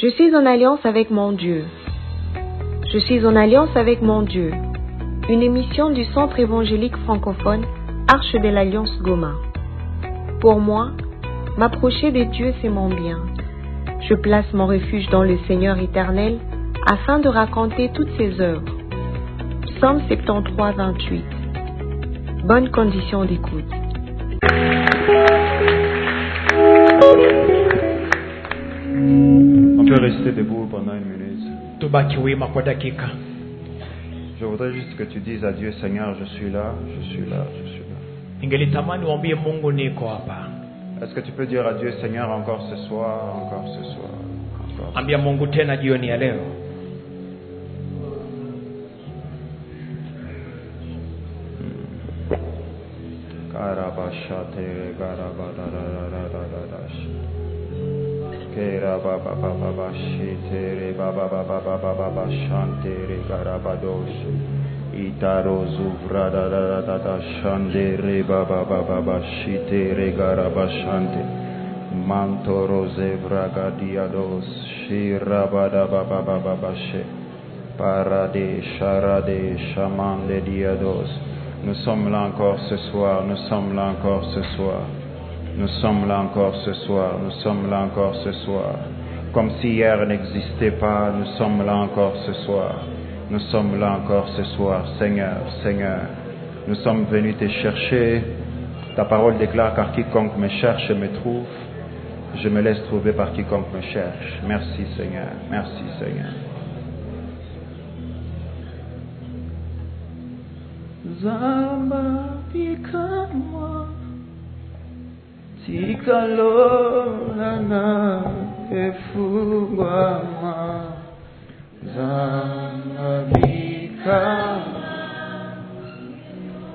Je suis en alliance avec mon Dieu. Je suis en alliance avec mon Dieu. Une émission du Centre évangélique francophone Arche de l'Alliance Goma. Pour moi, m'approcher de Dieu, c'est mon bien. Je place mon refuge dans le Seigneur éternel afin de raconter toutes ses œuvres. Psaume 73, 28. Bonne condition d'écoute. On peut rester debout pendant une minute. tubaki wima kwa dakika Je voudrais juste que tu dises à Dieu, Seigneur, je suis là, je suis là, je suis là. ingelitamani waambie mungu niko hapa Est-ce que tu peux dire à Dieu, Seigneur, encore ce soir, encore ce soir, encore. ambia mungu tena jioni ya leo Karabashate, karabadarararararash. Kerababababashite, rebabababababashante, rekarabadosh. Itarozuvradaradadashande, rebababababashite, regarabashante. Mantorozevrakadiados, shirabadababababashe. Parade, charade, chaman de diados. Nous sommes là encore ce soir, nous sommes là encore ce soir. Nous sommes là encore ce soir, nous sommes là encore ce soir. Comme si hier n'existait pas, nous sommes là encore ce soir. Nous sommes là encore ce soir, Seigneur, Seigneur. Nous sommes venus te chercher. Ta parole déclare car quiconque me cherche me trouve. Je me laisse trouver par quiconque me cherche. Merci Seigneur, merci Seigneur. zambapikama tikalolana efungwama zambapikama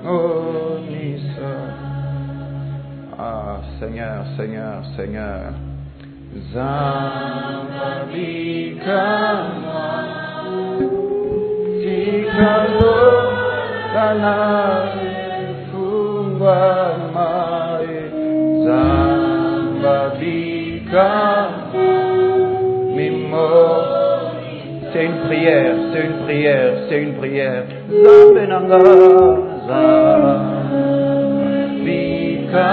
onisa Ah, Seigneur, Seigneur, Seigneur. zambapikama tikalolana efungwama zambapikama mimo C'est une prière, c'est une prière, c'est une prière. Zambe nanga zambika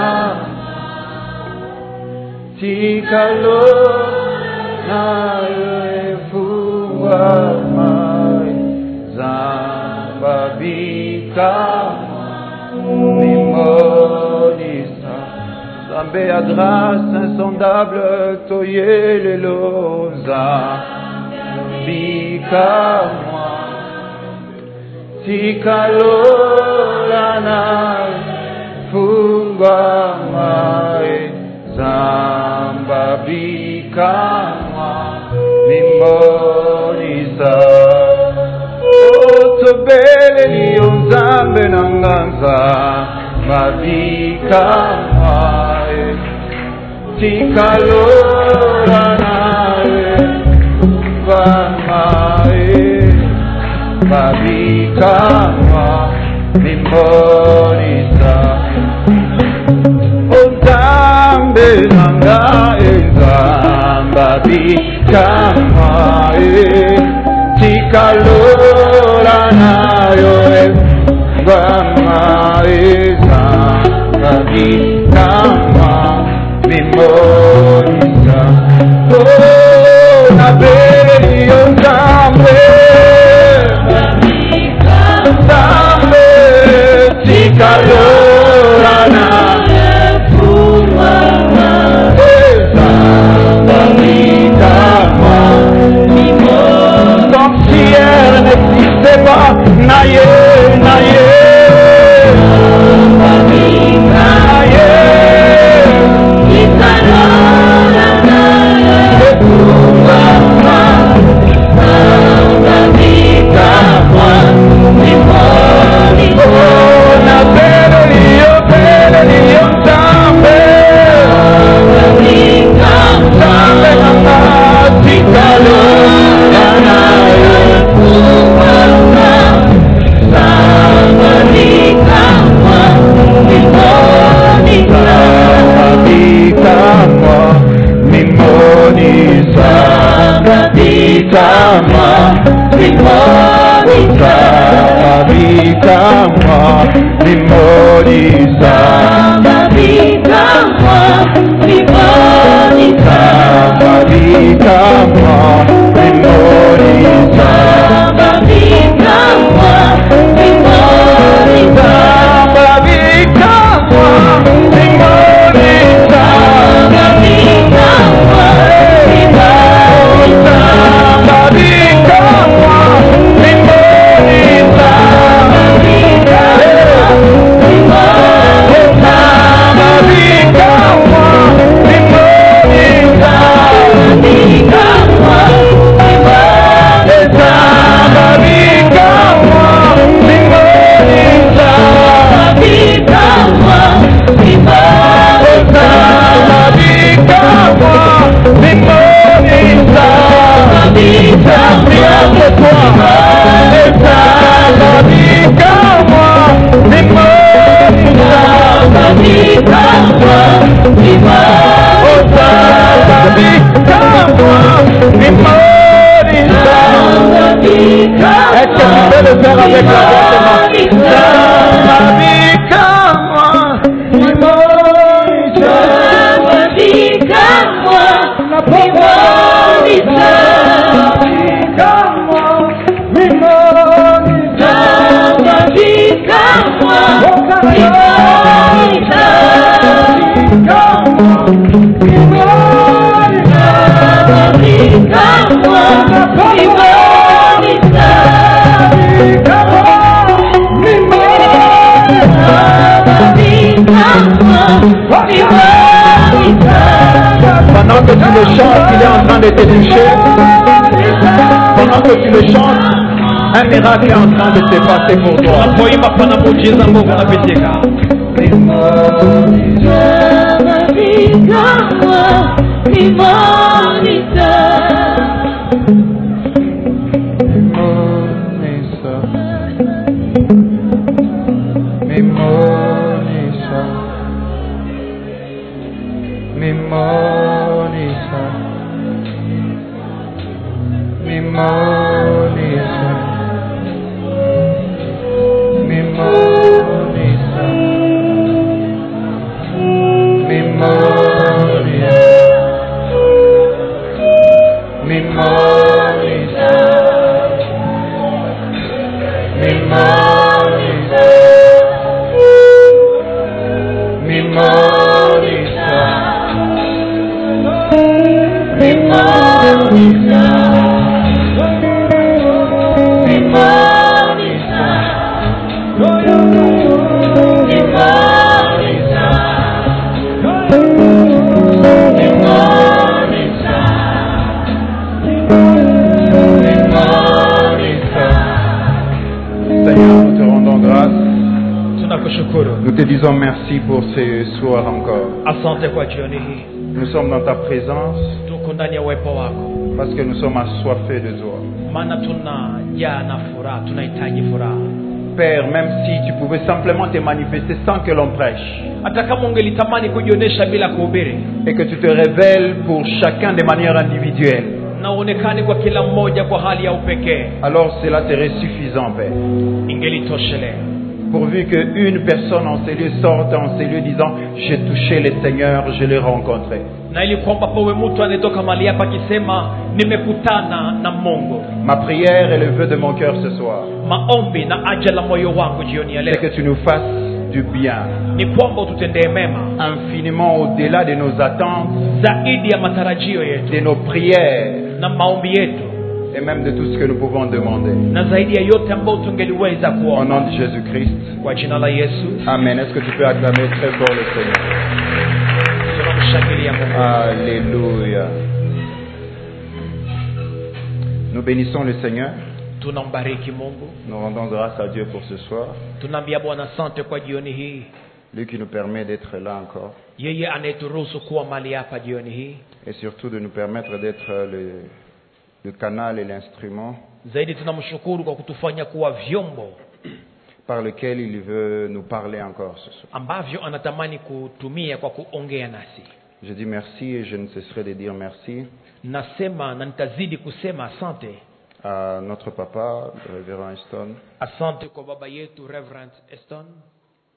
tikalo nayo efungwa mai zambabika mimonisa Zambe ya grâce insondable toyelelo zambika moi tikalolana fungwa mae zamba bikamwa limbonisa otobeleli yo nzambe na nganza mabikamwa tikalolana fungwa mae babikama limbolisa onzambe nanga enzamba bikama e tikalola nayo eh. engwama ezamba bikama limbolisa o nabeli onzambe Dame Tikalorana Comme si elle n'existait pas Naye, naye Naye kama ni moja ni kama ni moja sana ni kama ni moja kama ni kama ni moja sana ni kama ni moja kama ni kama ni moja sana ni kama ni moja Pendant que tu le chantes, il est en train de te toucher. Pendant que tu le chantes, un miracle est en train de se passer pour toi. unapoimba pana muujiza mungu unapitika Seigneur, nous te rendons grâce. tunakushukuru Nous te disons merci pour ce soir encore. asante kwa jioni hii Nous sommes dans ta présence tuko ndani ya uwepo wako parce que nous sommes assoiffés de toi. maana tunajaa na furaha tunahitaji furaha Père, même si tu pouvais simplement te manifester sans que l'on prêche hata kama ungelitamani kujionyesha bila kuhubiri et que tu te révèles pour chacun de manière individuelle, na uonekani kwa kila mmoja kwa hali ya upekee alors cela serait suffisant, Père. ingelitoshelea Pourvu qu'une personne en ces lieux sorte en ces lieux disant J'ai touché le Seigneur, je l'ai rencontré. na ili kwamba pawe mtu anayetoka mahali hapa akisema nimekutana na mungu Ma prière et le vœu de mon cœur ce soir, maombi na aja la moyo wangu jioni ya c'est leo que tu nous fasses du bien, ni kwamba ututendee mema infiniment au-delà de nos attentes, zaidi ya matarajio yetu de nos prières na maombi yetu et même de tout ce que nous pouvons demander. na zaidi ya yote ambayo tungeliweza Au kuona nom de Jésus-Christ, kwa jina la yesu Amen. Est-ce que tu peux acclamer très fort le Seigneur tunamshangilia mungu Ah. Alléluia. Nous bénissons le Seigneur, tunambariki mungu nous rendons grâce à Dieu pour ce soir, tunaambia bwana asante kwa jioni hii lui qui nous permet d'être là encore. yeye anayeturuhusu kuwa mahali hapa jioni hii et surtout de nous permettre d'être euh, le, le canal et l'instrument zaidi tunamshukuru kwa kutufanya kuwa vyombo par lequel il veut nous parler encore ce soir. ambavyo anatamani kutumia kwa kuongea nasi Je dis merci et je ne cesserai de dire merci nasema na nitazidi kusema asante à notre papa, le révérend Eston, asante kwa baba yetu reverend eston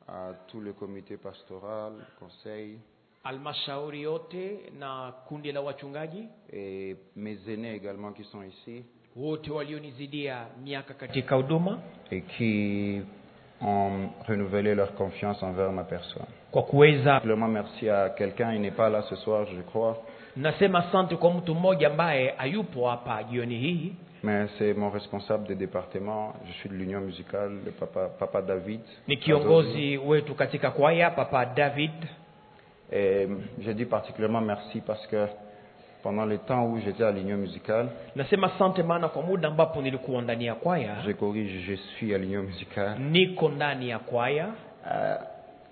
à tout le comité pastoral, le conseil almashauri yote na kundi la wachungaji et mes aînés également qui sont ici wote walionizidia miaka katika huduma et qui ont renouvelé leur confiance envers ma personne. kwa kuweza Simplement merci à quelqu'un, il n'est pas là ce soir, je crois, nasema asante kwa mtu mmoja ambaye hayupo hapa jioni hii mais c'est mon responsable de département, je suis de l'union musicale, le papa, papa David. ni kiongozi wetu katika kwaya papa david Et je dis particulièrement merci parce que pendant le temps où j'étais à l'union musicale, nasema asante maana kwa muda ambapo nilikuwa ndani ya kwaya je corrige, je suis à l'union musicale. niko ndani ya kwaya Euh,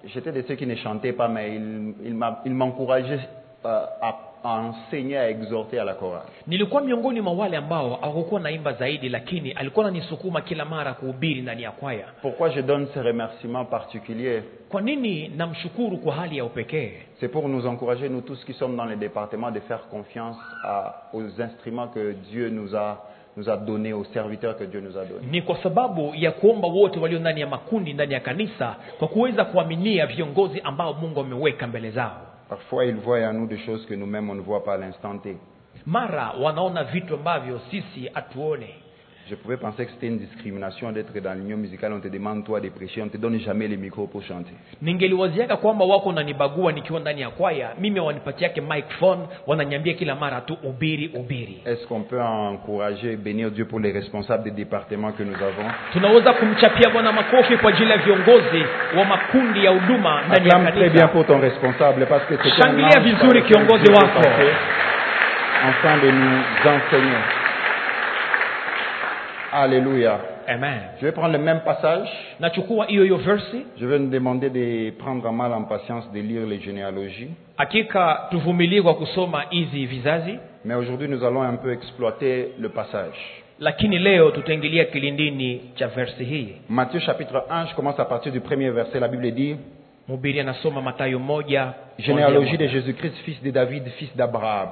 j'étais de ceux qui ne chantaient pas, mais il, il m'a- il m'encourageait euh, à, à enseigner, à exhorter à la chorale. nilikuwa miongoni mwa wale ambao hawakuwa naimba zaidi lakini alikuwa ananisukuma kila mara kuhubiri ndani ya kwaya Pourquoi je donne ces remerciements particuliers kwa nini namshukuru kwa hali ya upekee C'est pour nous encourager, nous tous qui sommes dans les départements, de faire confiance à- aux instruments que Dieu nous a, nous a donnés, aux serviteurs que Dieu nous a donnés. ni kwa sababu ya kuomba wote walio ndani ya makundi ndani ya kanisa kwa kuweza kuaminia viongozi ambao mungu ameweka mbele zao Parfois, ils voient en nous des choses que nous-mêmes, on ne voit pas à l'instant T. mara wanaona vitu ambavyo sisi hatuone Je pouvais penser que c'était une discrimination d'être dans l'union musicale, on te demande toi de prêcher, on ne te donne jamais les micros pour chanter. ningeliwaziaka kwamba wako nanibagua nikiwa ndani ya kwaya mimi wanipatiake microphone wananiambia kila mara tu ubiri ubiri Est-ce qu'on peut encourager et bénir Dieu pour les responsables des départements que nous avons tunaweza kumchapia bwana makofi kwa ajili ya viongozi wa makundi ya huduma ndani ya Acclame très bien kanisa pour ton responsable parce que c'est un Shangilia ange vizuri par lequel kiongozi Dieu est wako. passé, afin de nous enseigner. Alléluia. amen Je vais prendre le même passage. nachukua hiyo hiyo versi Je vais nous demander de prendre en mal en patience de lire les généalogies. hakika tuvumilie kwa kusoma hizi vizazi Mais aujourd'hui, nous allons un peu exploiter le passage. lakini leo tutaingilia kilindini cha versi hii Matthieu chapitre 1, je commence à partir du premier verset. La Bible dit mhubiri anasoma matayo moja kuanzia Généalogie de moja. Jésus-Christ, fils de David, fils d'Abraham.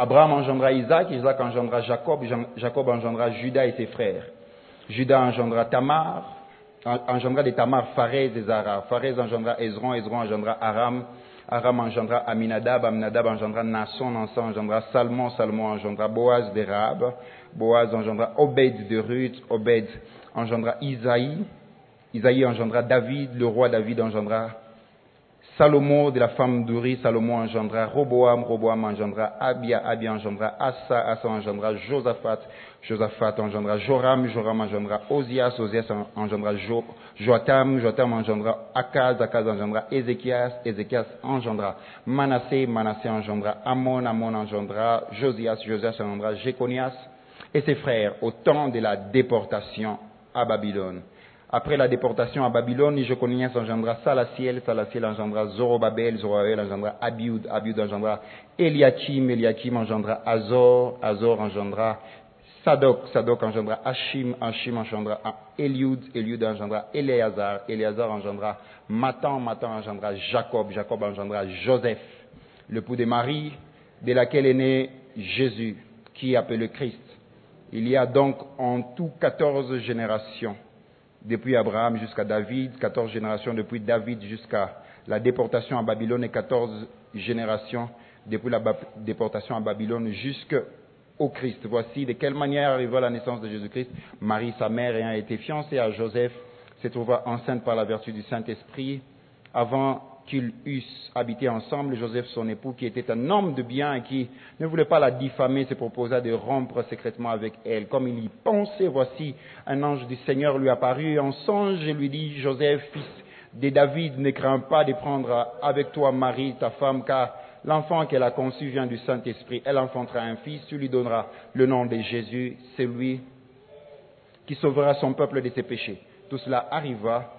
Abraham engendra Isaac, Isaac engendra Jacob, Jean- Jacob engendra Judas et ses frères. Judas engendra Tamar, en- engendra de Tamar Pharez et Zara. Pharez engendra Ezron, Ezron engendra Aram, Aram engendra Aminadab, Aminadab engendra Nasson, Nasson engendra Salmon, Salmon engendra Boaz de Rahab, Boaz engendra Obed de Ruth, Obed engendra Isaïe, Isaïe engendra David, le roi David engendra Salomon de la femme d'Uri, Salomon engendra Roboam, Roboam engendra Abia, Abia engendra Assa, Assa engendra Josaphat, Josaphat engendra Joram, Joram engendra Osias, Osias en- engendra jo, Joatam, Joatam engendra Akaz, Akaz engendra Ézéchias, Ézéchias engendra Manassé, Manassé engendra Amon, Amon engendra Josias, Josias engendra Jéconias et ses frères au temps de la déportation à Babylone. Après la déportation à Babylone, Jéconias engendra Salaciel, Salaciel engendra Zorobabel, Zorobabel engendra Abiud, Abiud engendra Eliakim, Eliakim engendra Azor, Azor engendra Sadoc, Sadoc engendra Hashim, Hashim engendra Eliud, Eliud engendra Eleazar, Eleazar engendra Matan, Matan engendra Jacob, Jacob engendra Joseph, l'époux de Marie, de laquelle est né Jésus, qui est appelé Christ. Il y a donc en tout 14 générations, depuis Abraham jusqu'à David, 14 générations depuis David jusqu'à la déportation à Babylone et 14 générations depuis la bap- déportation à Babylone jusqu'au Christ. Voici de quelle manière arriva la naissance de Jésus-Christ. Marie, sa mère, ayant été fiancée à Joseph, se trouva enceinte par la vertu du Saint-Esprit avant qu'ils eussent habité ensemble, Joseph, son époux, qui était un homme de bien et qui ne voulait pas la diffamer, se proposa de rompre secrètement avec elle. Comme il y pensait, voici, un ange du Seigneur lui apparut en songe et lui dit, Joseph, fils de David, ne crains pas de prendre avec toi Marie, ta femme, car l'enfant qu'elle a conçu vient du Saint-Esprit. Elle enfantera un fils, tu lui donneras le nom de Jésus, c'est lui qui sauvera son peuple de ses péchés. Tout cela arriva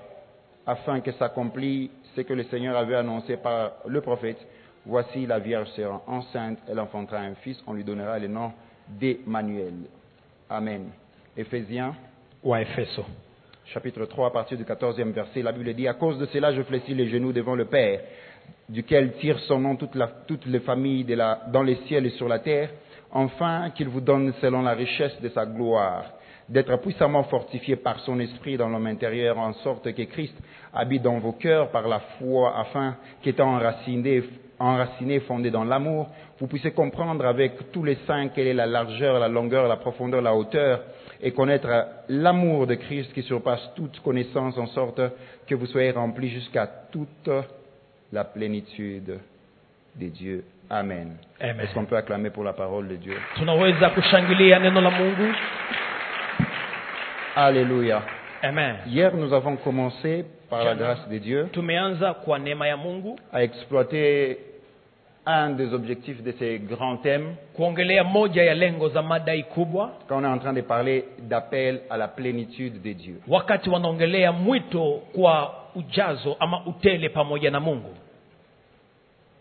afin que s'accomplisse ce que le Seigneur avait annoncé par le prophète. Voici la Vierge sera enceinte, elle enfantera un fils, on lui donnera le nom d'Emmanuel. Amen. Éphésiens waefeso chapitre 3, à partir du 14e verset, la Bible dit, à cause de cela, je fléchis les genoux devant le Père, duquel tire son nom toute la- toutes les familles de la- dans les ciels et sur la terre, enfin qu'il vous donne selon la richesse de sa gloire, d'être puissamment fortifié par son esprit dans l'homme intérieur, en sorte que Christ habite dans vos cœurs par la foi, afin qu'étant enraciné, enraciné, fondé dans l'amour, vous puissiez comprendre avec tous les saints quelle est la largeur, la longueur, la profondeur, la hauteur, et connaître l'amour de Christ qui surpasse toute connaissance, en sorte que vous soyez remplis jusqu'à toute la plénitude de Dieu. Amen. Amen. Est-ce qu'on peut acclamer pour la parole de Dieu tunaweza kushangilia neno la mungu Alléluia. amen Hier, nous avons commencé, par la grâce de Dieu, tumeanza kwa neema ya mungu à exploiter un des objectifs de ces grands thèmes kuongelea moja ya lengo za madai kubwa quand on est en train de parler d'appel à la plénitude de Dieu. wakati wanaongelea mwito kwa ujazo ama utele pamoja na mungu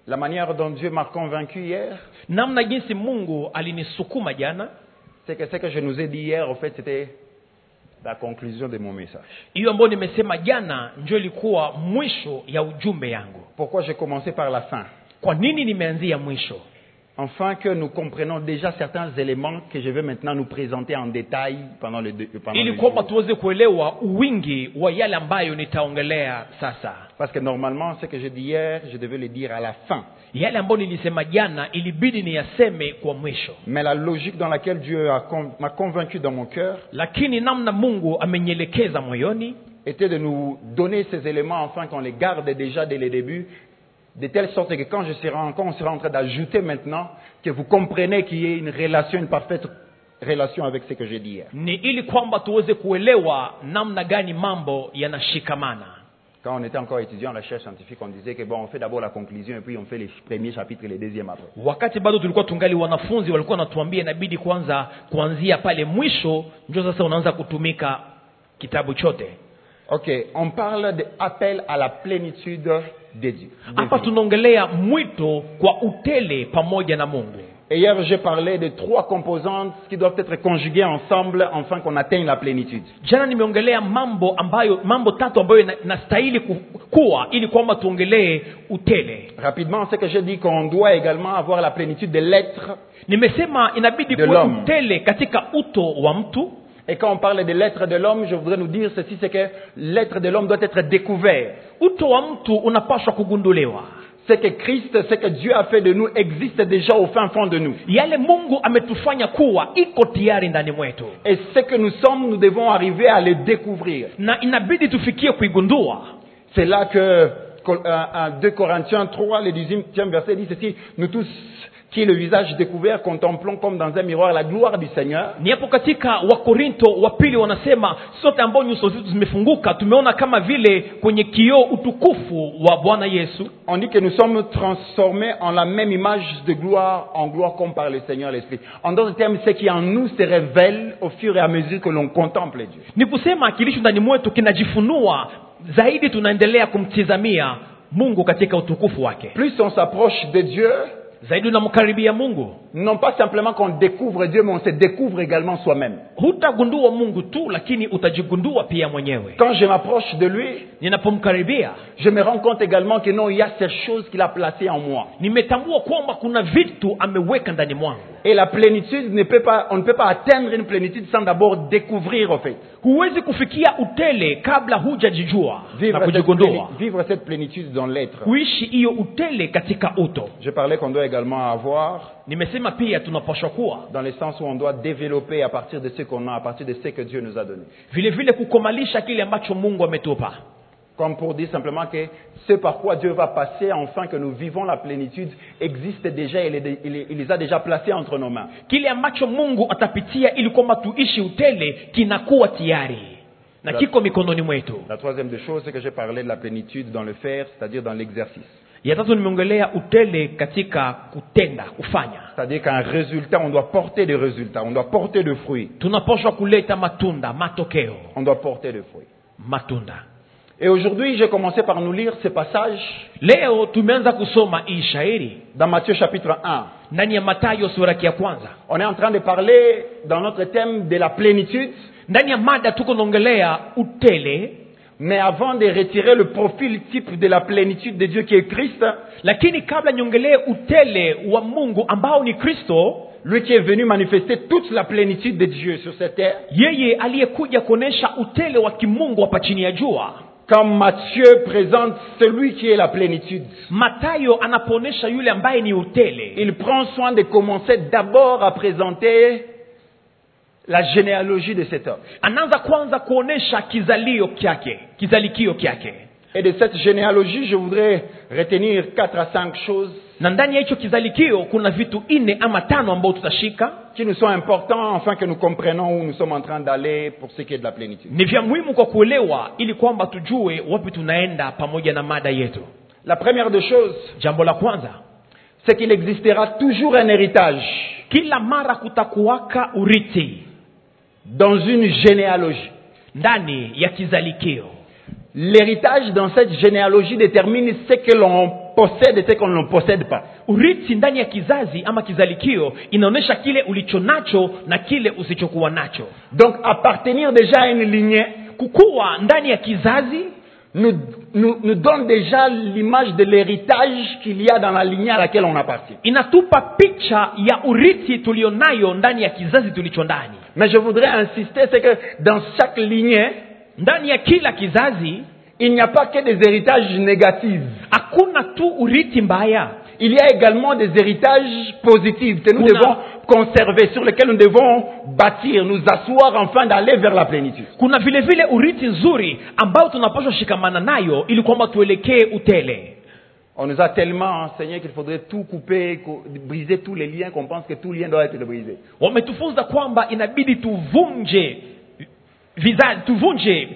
La manière dont Dieu m'a convaincu hier, namna jinsi mungu alinisukuma jana c'est que ce que je nous ai dit hier, en fait, c'était la conclusion de mon message. hiyo ambayo nimesema jana ndio ilikuwa mwisho ya ujumbe yangu Pourquoi j'ai commencé par la fin kwa nini nimeanzia mwisho Enfin que nous comprenons déjà certains éléments que je vais maintenant nous présenter en détail pendant le, dé- euh, pendant le ili kwamba jour. tuweze kuelewa uwingi wa yale ambayo nitaongelea sasa Parce que normalement, ce que j'ai dit hier, je devais le dire à la fin. yale ambayo nilisema jana ilibidi niyaseme kwa mwisho Mais la logique dans laquelle Dieu a con- m'a convaincu dans mon cœur lakini namna mungu amenielekeza moyoni était de nous donner ces éléments afin qu'on les garde déjà dès le début, de telle sorte que quand, je serai en, quand on sera en train d'ajouter maintenant, que vous comprenez qu'il y ait une relation, une parfaite relation avec ce que j'ai dit hier. ni ili kwamba tuweze kuelewa namna gani mambo yanashikamana Quand on était encore étudiant en recherche scientifique, on disait que bon, on fait d'abord la conclusion et puis on fait les premiers chapitres et les deuxièmes après. wakati bado tulikuwa tungali wanafunzi walikuwa wanatuambia inabidi kwanza kuanzia pale mwisho ndio sasa unaanza kutumika kitabu chote Ok, on parle d'appel à la plénitude de Dieu. hapa tunaongelea mwito kwa utele pamoja na mungu Et hier, j'ai parlé de trois composantes qui doivent être conjuguées ensemble afin qu'on atteigne la plénitude. jana nimeongelea mambo ambayo mambo tatu ambayo na- nastahili ku, kuwa ili kwamba tuongelee utele Rapidement, c'est que j'ai dit qu'on doit également avoir la plénitude de l'être. nimesema inabidi The kuwa lump. utele katika uto wa mtu Et quand on parle de l'être de l'homme, je voudrais nous dire ceci, c'est que l'être de l'homme doit être découvert. uto wa mtu unapaswa kugunduliwa Ce que Christ, ce que Dieu a fait de nous existe déjà au fin fond de nous. yale mungu ametufanya kuwa iko tayari ndani mwetu Et ce que nous sommes, nous devons arriver à le découvrir. na inabidi tufikie kuigundua C'est là que Col- euh, euh, 2 Corinthiens 3, le 18e verset dit ceci, nous tous qui le visage découvert contemplons comme dans un miroir la gloire du Seigneur. ni hapo katika wakorinto wa pili wanasema sote ambao nyuso zetu zimefunguka tumeona kama vile kwenye kioo utukufu wa bwana yesu On dit que nous sommes transformés en la même image de gloire en gloire comme par le Seigneur l'Esprit. En d'autres termes, ce qui en nous se révèle au fur et à mesure que l'on contemple Dieu. ni kusema kilicho ndani mwetu kinajifunua zaidi tunaendelea kumtizamia mungu katika utukufu wake Plus on s'approche de Dieu, zaidi unamkaribia mungu non pas simplement qu'on découvre Dieu, mais on se découvre également soi-même. hutagundua mungu tu lakini utajigundua pia mwenyewe Quand je m'approche de lui, ninapomkaribia Je me rends compte également que non, il y a ces choses qu'il a placées en moi. nimetambua kwamba kuna vitu ameweka ndani mwangu Et la plénitude ne peut pas, on ne peut pas atteindre une plénitude sans d'abord découvrir, en fait. huwezi kufikia utele kabla hujajijua na Vivre cette, kujigundua pléni- vivre cette plénitude dans l'être. kuishi hiyo utele katika uto Je parlais qu'on doit également avoir, nimesema pia tunapashwa kuwa dans le sens où on doit développer à partir de ce qu'on a, à partir de ce que Dieu nous a donné. vile vile kukomalisha kile ambacho mungu ametupa Comme pour dire simplement que ce par quoi Dieu va passer, enfin que nous vivons la plénitude, existe déjà, il, est- il est- il les a déjà placés entre nos mains. kile ambacho mungu atapitia ili kwamba tuishi utele kinakuwa tayari na La- kiko mikononi mwetu La troisième des choses, c'est que j'ai parlé de la plénitude dans le faire, c'est-à-dire dans l'exercice. ya tatu nimeongelea utele katika kutenda kufanya C'est-à-dire qu'un résultat, on doit porter des résultats, on doit porter de fruits, tunapashwa kuleta matunda matokeo on doit porter de fruits. matunda Et aujourd'hui, j'ai commencé par nous lire ce passage leo tumeanza kusoma hii shairi dans Matthieu chapitre 1. ndani ya matayo sura ya kwanza On est en train de parler dans notre thème de la plénitude. ndani ya mada tuko naongelea utele Mais avant de retirer le profil type de la plénitude de Dieu qui est Christ, lakini kabla niongelee utele wa mungu ambao ni kristo lui qui est venu manifester toute la plénitude de Dieu sur cette terre, yeye aliyekuja kuonyesha utele wa kimungu hapa chini ya jua quand Matthieu présente celui qui est la plénitude, matayo anapoonyesha yule ambaye ni utele il prend soin de commencer d'abord à présenter la généalogie de cet homme. anaanza kwanza kuonyesha kizalio kyake kizalikio kyake Et de cette généalogie, je voudrais retenir quatre à cinq choses na ndani ya hicho kizalikio kuna vitu nne ama tano ambao tutashika qui nous sont importantes afin que nous comprenions où nous sommes en train d'aller pour ce qui est de la plénitude. ni vya muhimu kwa kuelewa ili kwamba tujue wapi tunaenda pamoja na mada yetu La première des choses, jambo la kwanza c'est qu'il existera toujours un héritage kila mara kutakuwaka urithi dans une généalogie. ndani ya kizalikio L'héritage dans cette généalogie détermine ce que l'on possède et ce qu'on ne possède pas. urithi ndani ya kizazi ama kizalikio inaonyesha kile ulicho nacho na kile usichokuwa nacho Donc appartenir déjà à une lignée kukuwa ndani ya kizazi nous, nous- nous donne déjà l'image de l'héritage qu'il y a dans la lignée à laquelle on appartient. inatupa picha ya urithi tulionayo ndani ya kizazi tulicho ndani Mais je voudrais insister, c'est que dans chaque lignée, ndani ya kila kizazi il n'y a pas que des héritages négatifs. hakuna tu urithi mbaya Il y a également des héritages positifs que nous Kuna- devons conserver, sur lesquels nous devons bâtir, nous asseoir afin d'aller vers la plénitude. kuna vile vile urithi nzuri ambao tunapaswa shikamana nayo ili kwamba tuelekee utele On nous a tellement enseigné qu'il faudrait tout couper, co- briser tous les liens, qu'on pense que tout lien doit être brisé. wametufunza kwamba inabidi tuvunje vizazi tuvunje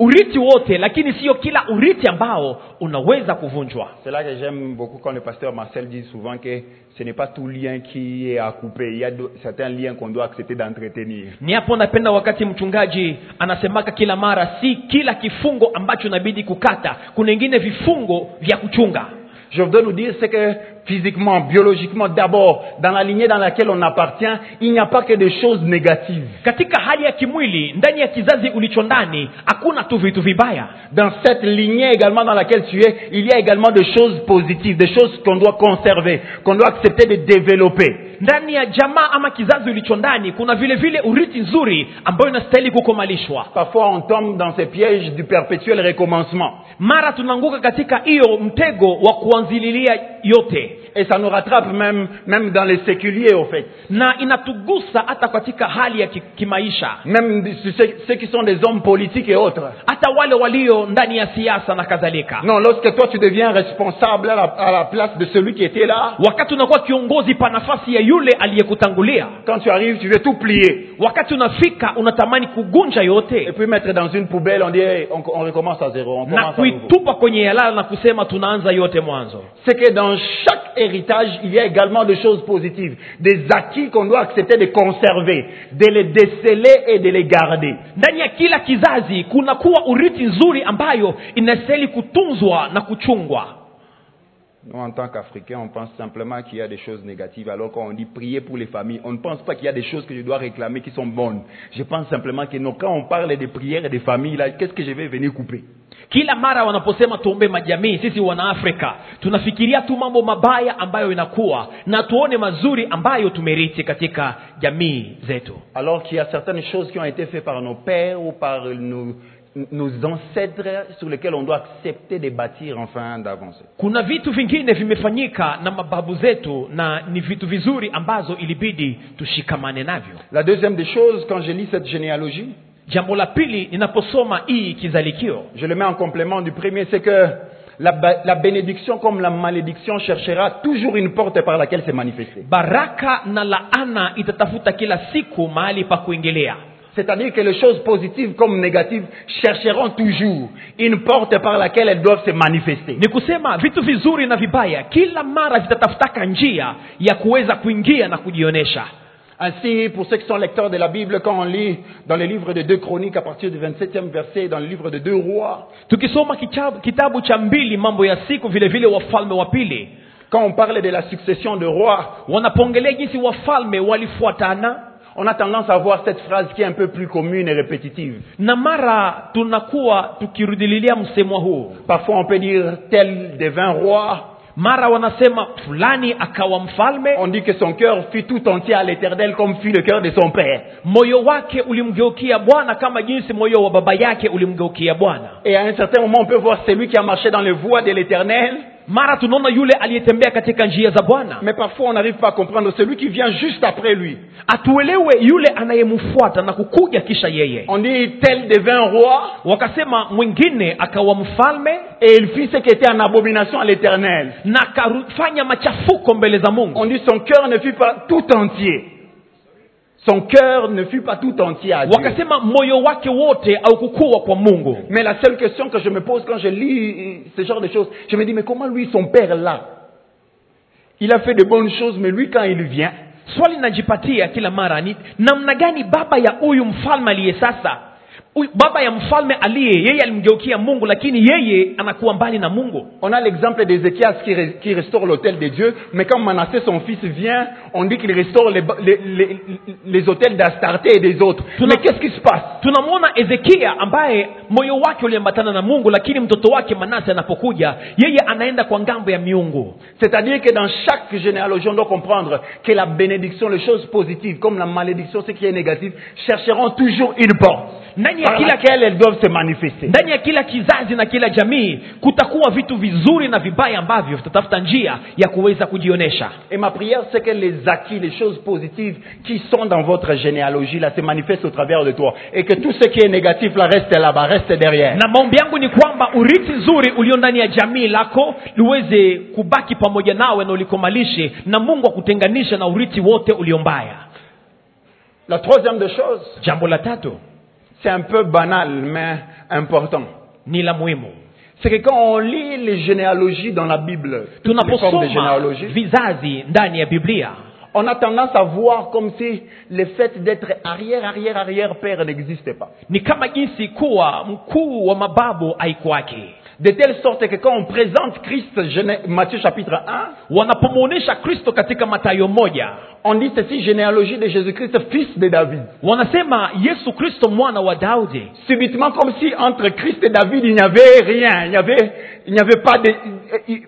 urithi wote lakini sio kila urithi ambao unaweza kuvunjwa C'est là que j'aime beaucoup quand le pasteur Marcel dit souvent que ce n'est pas tout lien qui est à couper. Il y a do- certains liens qu'on doit accepter d'entretenir. ni hapo napenda wakati mchungaji anasemaka kila mara si kila kifungo ambacho inabidi kukata kuna ingine vifungo vya kuchunga Je voudrais nous dire, c'est que physiquement, biologiquement, d'abord, dans la lignée dans laquelle on appartient, il n'y a pas que des choses négatives. katika hali ya kimwili ndani ya kizazi ulicho ndani hakuna tu vitu vibaya Dans cette lignée également dans laquelle tu es, il y a également des choses positives, des choses qu'on doit conserver, qu'on doit accepter de développer. ndani ya jamaa ama kizazi ulicho ndani kuna vile vile urithi nzuri ambayo inastahili kukomalishwa Parfois, on tombe dans ces pièges du perpétuel recommencement. mara tunaanguka katika hiyo mtego wa kuanzililia yote Et ça nous rattrape même, même dans les séculiers, au fait. na inatugusa hata katika hali ya ki- kimaisha Même ceux, ceux qui sont des hommes politiques et autres. hata wale walio ndani ya siasa na kadhalika Non, lorsque toi tu deviens responsable à la, à la place de celui qui était là, wakati unakuwa kiongozi pa nafasi ya yule aliyekutangulia quand tu arrives, tu veux tout plier. wakati unafika unatamani kugunja Et yote puis mettre dans une poubelle, on dit, hey, on, on recommence à zéro, on na commence à nouveau. kuitupa kwenye yalala na kusema tunaanza yote mwanzo c'est que dans chaque héritage, il y a également des choses positives, des acquis qu'on doit accepter de conserver, de les déceler et de les garder. ndani ya kila kizazi kunakuwa urithi nzuri ambayo inastahili kutunzwa na kuchungwa Nous, en tant qu'Africains, on pense simplement qu'il y a des choses négatives. Alors quand on dit prier pour les familles, on ne pense pas qu'il y a des choses que je dois réclamer qui sont bonnes. Je pense simplement que non, quand on parle de prières et des familles, là, qu'est-ce que je vais venir couper kila mara wanaposema tuombe majamii sisi wanaafrika tunafikiria tu mambo mabaya ambayo inakuwa na tuone mazuri ambayo tumerithi katika jamii zetu Alors qu'il y a certaines choses qui ont été faites par nos pères ou par nos, nos ancêtres sur lesquelles on doit accepter de bâtir enfin d'avancer. kuna vitu vingine vimefanyika na mababu zetu na ni vitu vizuri ambazo ilibidi tushikamane navyo La deuxième des choses, quand je lis cette généalogie, jambo la pili ninaposoma hii kizalikio je le mets en complément du premier, c'est que la, ba- la bénédiction comme la malédiction cherchera toujours une porte par laquelle se manifester. baraka na laana itatafuta kila siku mahali pa kuingilia C'est-à-dire que les choses positives comme négatives chercheront toujours une porte par laquelle elles doivent se manifester. ni kusema vitu vizuri na vibaya kila mara vitatafutaka njia ya kuweza kuingia na kujionyesha Ainsi, pour ceux qui sont lecteurs de la Bible, quand on lit dans le livre de deux chroniques à partir du 27e verset, dans le livre de deux rois, tukisoma kichabu, kitabu cha mbili mambo ya siku vile vile wafalme wa pili quand on parle de la succession de rois, wanapoongelea jinsi wafalme walifuatana on a tendance à voir cette phrase qui est un peu plus commune et répétitive. na mara tunakuwa tukirudililia msemo huu Parfois, on peut dire tel devint roi. mara wanasema fulani akawa mfalme On dit que son cœur fut tout entier à l'éternel comme fut le cœur de son père. moyo wake ulimgeukia bwana kama jinsi moyo wa baba yake ulimgeukia bwana Et à un certain moment, on peut voir celui qui a marché dans les voies de l'éternel. mara tunaona yule aliyetembea katika njia za bwana Mais parfois, on n'arrive pas à comprendre celui qui vient juste après lui. atuelewe yule anayemfuata na kukuja kisha yeye On dit tel devint roi. wakasema mwingine akawa mfalme Et il fit ce qui était en abomination à l'éternel. na akafanya machafuko mbele za mungu On dit son cœur ne fut pas tout entier. Son cœur ne fut pas tout entier à Dieu. wakasema moyo wake wote aukukuwa kwa mungu Mais la seule question que je me pose quand je lis euh, ce genre de choses, je me dis, mais comment lui, son père, là Il a fait de bonnes choses, mais lui, quand il vient, swali linajipatia kila mara ni namna gani baba ya huyu mfalme aliye sasa huyu baba ya mfalme aliye yeye alimgeukia mungu lakini yeye anakuwa mbali na mungu on a l'exemple d'Ézéchias qui, ré- qui restaure l'hôtel des dieux, mais quand Manassé, son fils, vient, on dit qu'il restaure les, ba- les- les- les hôtels d'Astarté et des autres. Tout mais le- qu'est-ce qui se passe tunamwona ezekia ambaye moyo wake uliambatana na mungu lakini mtoto wake manase anapokuja yeye anaenda kwa ngambo ya miungu C'est-à-dire que dans chaque généalogie, on doit comprendre que la bénédiction, les choses positives, comme la malédiction, ce qui est négatif, chercheront toujours une porte ndani ya par kila laquelle elles doivent se manifester. ndani ya kila kizazi na kila jamii kutakuwa vitu vizuri na vibaya ambavyo vitatafuta njia ya kuweza kujionyesha Et ma prière, c'est que les acquis, les choses positives qui sont dans votre généalogie, là, se manifestent au travers de toi. Et que tout ce qui est négatif, là, reste là-bas, reste derrière. na maombi yangu ni kwamba urithi nzuri ulio ndani ya jamii lako liweze kubaki pamoja nawe na ulikomalishe na mungu akutenganishe na urithi wote ulio mbaya La troisième des choses, jambo la tatu c'est un peu banal, mais important. ni la muhimu C'est que quand on lit les généalogies dans la Bible, toutes les formes de tunaposoma généalogie, vizazi ndani ya biblia on a tendance à voir comme si le fait d'être arrière, arrière, arrière père n'existait pas. ni kama jinsi kuwa mkuu wa mababu aikwake De telle sorte que quand on présente Christ, Gené- Matthieu chapitre 1, wanapomwonyesha kristo katika matayo moja on dit ceci, généalogie de Jésus-Christ, fils de David. wanasema yesu kristo mwana wa daudi Subitement, comme si entre Christ et David, il n'y avait rien. Il n'y avait, il n'y avait pas de, il,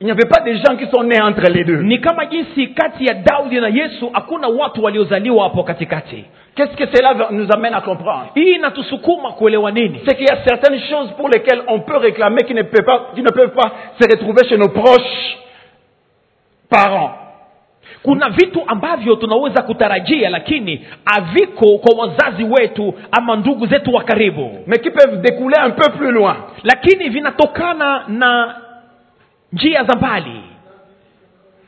il n'y avait pas de gens qui sont nés entre les deux. ni kama jinsi kati ya daudi na yesu hakuna watu waliozaliwa hapo katikati Qu'est-ce que cela va- nous amène à comprendre? hii inatusukuma kuelewa nini C'est qu'il y a certaines choses pour lesquelles on peut réclamer qui ne peuvent pas, qui ne peuvent pas se retrouver chez nos proches parents. kuna vitu ambavyo tunaweza kutarajia lakini haviko kwa wazazi wetu ama ndugu zetu wa karibu Mais qui peuvent découler un peu plus loin. lakini vinatokana na njia za mbali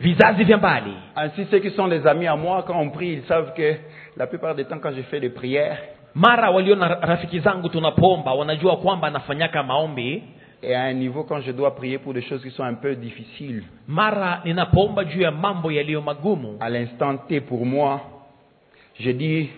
vizazi vya mbali Ainsi, ceux qui sont des amis à moi, quand on prie, ils savent que la plupart des temps, quand je fais des prières, mara walio na rafiki zangu tunapoomba wanajua kwamba anafanyaka maombi et à un niveau, quand je dois prier pour des choses qui sont un peu difficiles, mara ninapoomba juu ya mambo yaliyo magumu à l'instant T pour moi, je dis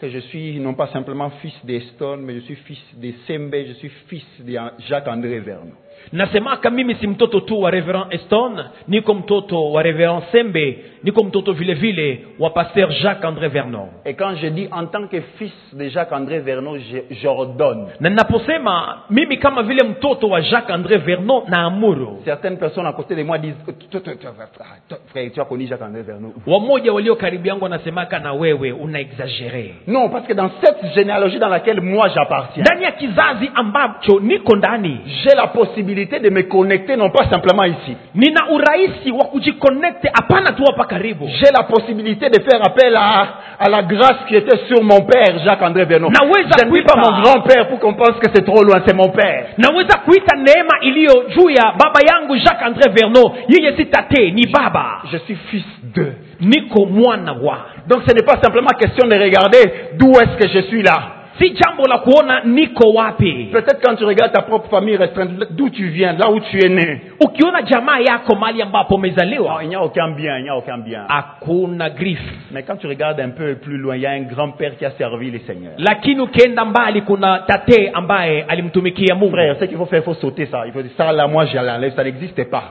que je suis non pas simplement fils d'Eston, mais je suis fils de Sembe, je suis fils de Jacques-André Vernon. nasemaka mimi si mtoto tu wa reverend eston niko mtoto wa reverend sembe niko mtoto vile vile wa pasteur jacques andré vernon Et quand je dis en tant que fils de Jacques-André Vernon, je- j'ordonne. na ninaposema mimi kama vile mtoto wa jacques andré vernon naamuru Certaines personnes à côté de moi disent Oh, Toi, toi, toi, toi, toi, Frère, tu as connu Jacques-André Vernon wamoja walio karibu yangu wanasemaka na wewe una exagere Non, parce que dans cette généalogie dans laquelle moi j'appartiens, ndani ya kizazi ambacho niko ndani j'ai la possibilité de me connecter non pas simplement ici. nina urahisi wa kujikonekte hapana tu hapa karibu J'ai la possibilité de faire appel à, à la grâce qui était sur mon père, Jacques-André Vernon. Naweza Je ne suis pas kuita- mon grand-père pour qu'on pense que c'est trop loin, c'est mon père. naweza kuita neema iliyo juu ya baba yangu jacques andré vernon yeye si tate ni baba Je suis fils d'eux. niko mwana wa Donc ce n'est pas simplement question de regarder d'où est-ce que je suis là. si jambo la kuona niko wapi Peut-être quand tu regardes ta propre famille restreinte, d'où tu viens, là où tu es né. ukiona jamaa yako mahali ambapo Non, umezaliwa Ah, il n'y a aucun bien, il n'y a aucun bien. hakuna grif Mais quand tu regardes un peu plus loin, il y a un grand-père qui a servi le Seigneur. lakini ukienda mbali kuna tate ambaye alimtumikia mungu Frère, ce qu'il faut faire, il faut sauter ça. Il faut dire, ça là, moi, je l'enlève, ça n'existe pas.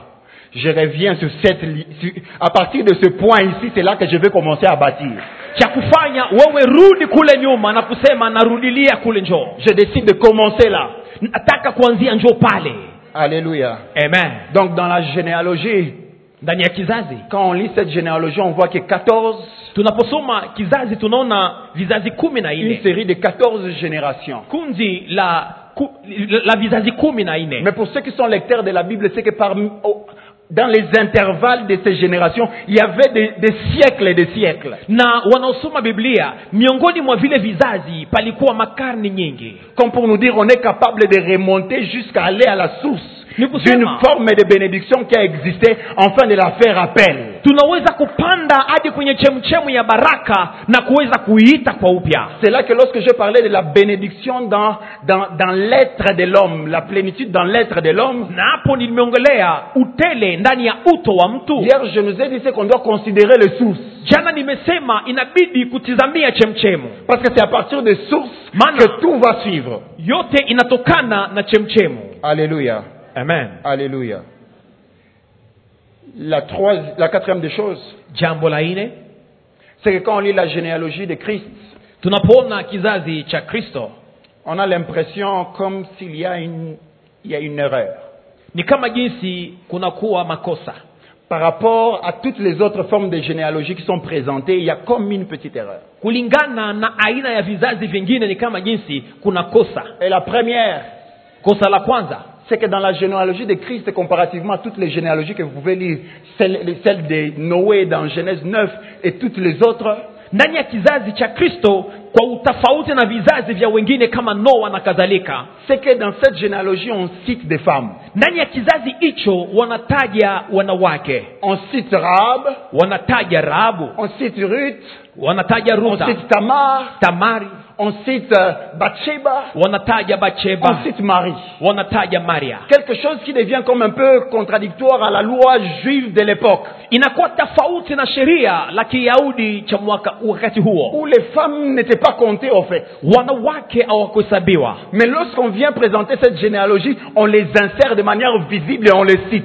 Je reviens sur cette li- sur- à partir de ce point ici, c'est là que je vais commencer à bâtir. cha kufanya wewe rudi kule nyuma na kusema narudilia kule njoo Je décide de commencer là. nataka kuanzia njoo pale Alléluia. amen Donc dans la généalogie, ndani ya kizazi quand on lit cette généalogie, on voit que 14, tunaposoma kizazi tunaona vizazi kumi na une nne série de 14 générations. kundi la ku, la vizazi kumi na nne Mais pour ceux qui sont lecteurs de la Bible, c'est que parmi- au- dans les intervalles de ces générations, il y avait des, des siècles et des siècles. na wanaosoma biblia miongoni mwa vile vizazi palikuwa makarni nyingi Comme pour nous dire, on est capable de remonter jusqu'à aller à la source Ni kusema. d'une forme de bénédiction qui a existé, enfin de la faire appel. tunaweza kupanda hadi kwenye chemchemu ya baraka na kuweza kuiita kwa upya C'est là que lorsque je parlais de la bénédiction dans, dans, dans l'être de l'homme, la plénitude dans l'être de l'homme, na hapo nimeongelea utele ndani ya uto wa mtu hier je nous ai dit c'est qu'on doit considérer les sources. jana nimesema inabidi kutizamia chemchemu Parce que c'est à partir des sources Mana. que tout va suivre. yote inatokana na chemchemu Alléluia. amen Alléluia. La, trois- la quatrième des choses, jambo la nne c'est que quand on lit la généalogie de Christ, tunapoona kizazi cha kristo on a l'impression comme s'il y, a une- il y a une erreur ni kama jinsi kunakuwa makosa par rapport à toutes les autres formes de généalogie qui sont présentées. Il y a comme une petite erreur. kulingana na aina ya vizazi vingine ni kama jinsi kuna kosa Et la première, kosa la kwanza c'est que dans la généalogie de Christ, comparativement à toutes les généalogies que vous pouvez lire, celle, celle de Noé dans Genèse 9 et toutes les autres, ndani ya kizazi cha kristo kwa utofauti na vizazi vya wengine kama noa na kadhalika c'est que dans cette généalogie, on cite des femmes. ndani ya kizazi hicho wanataja wanawake On cite Rahab, wanataja rahabu on cite Ruth, wanataja On ruta cite Tamar, tamari on cite euh, Bathsheba, wanataja on bacheba cite Marie. wanataja maria Quelque chose qui devient comme un peu contradictoire à la loi juive de l'époque, inakuwa tofauti na sheria la kiyahudi cha mwaka wakati huo où les femmes n'étaient pas comptées au fait. wanawake hawakuhesabiwa Mais lorsqu'on vient présenter cette généalogie, on les insère de manière visible et on les cite.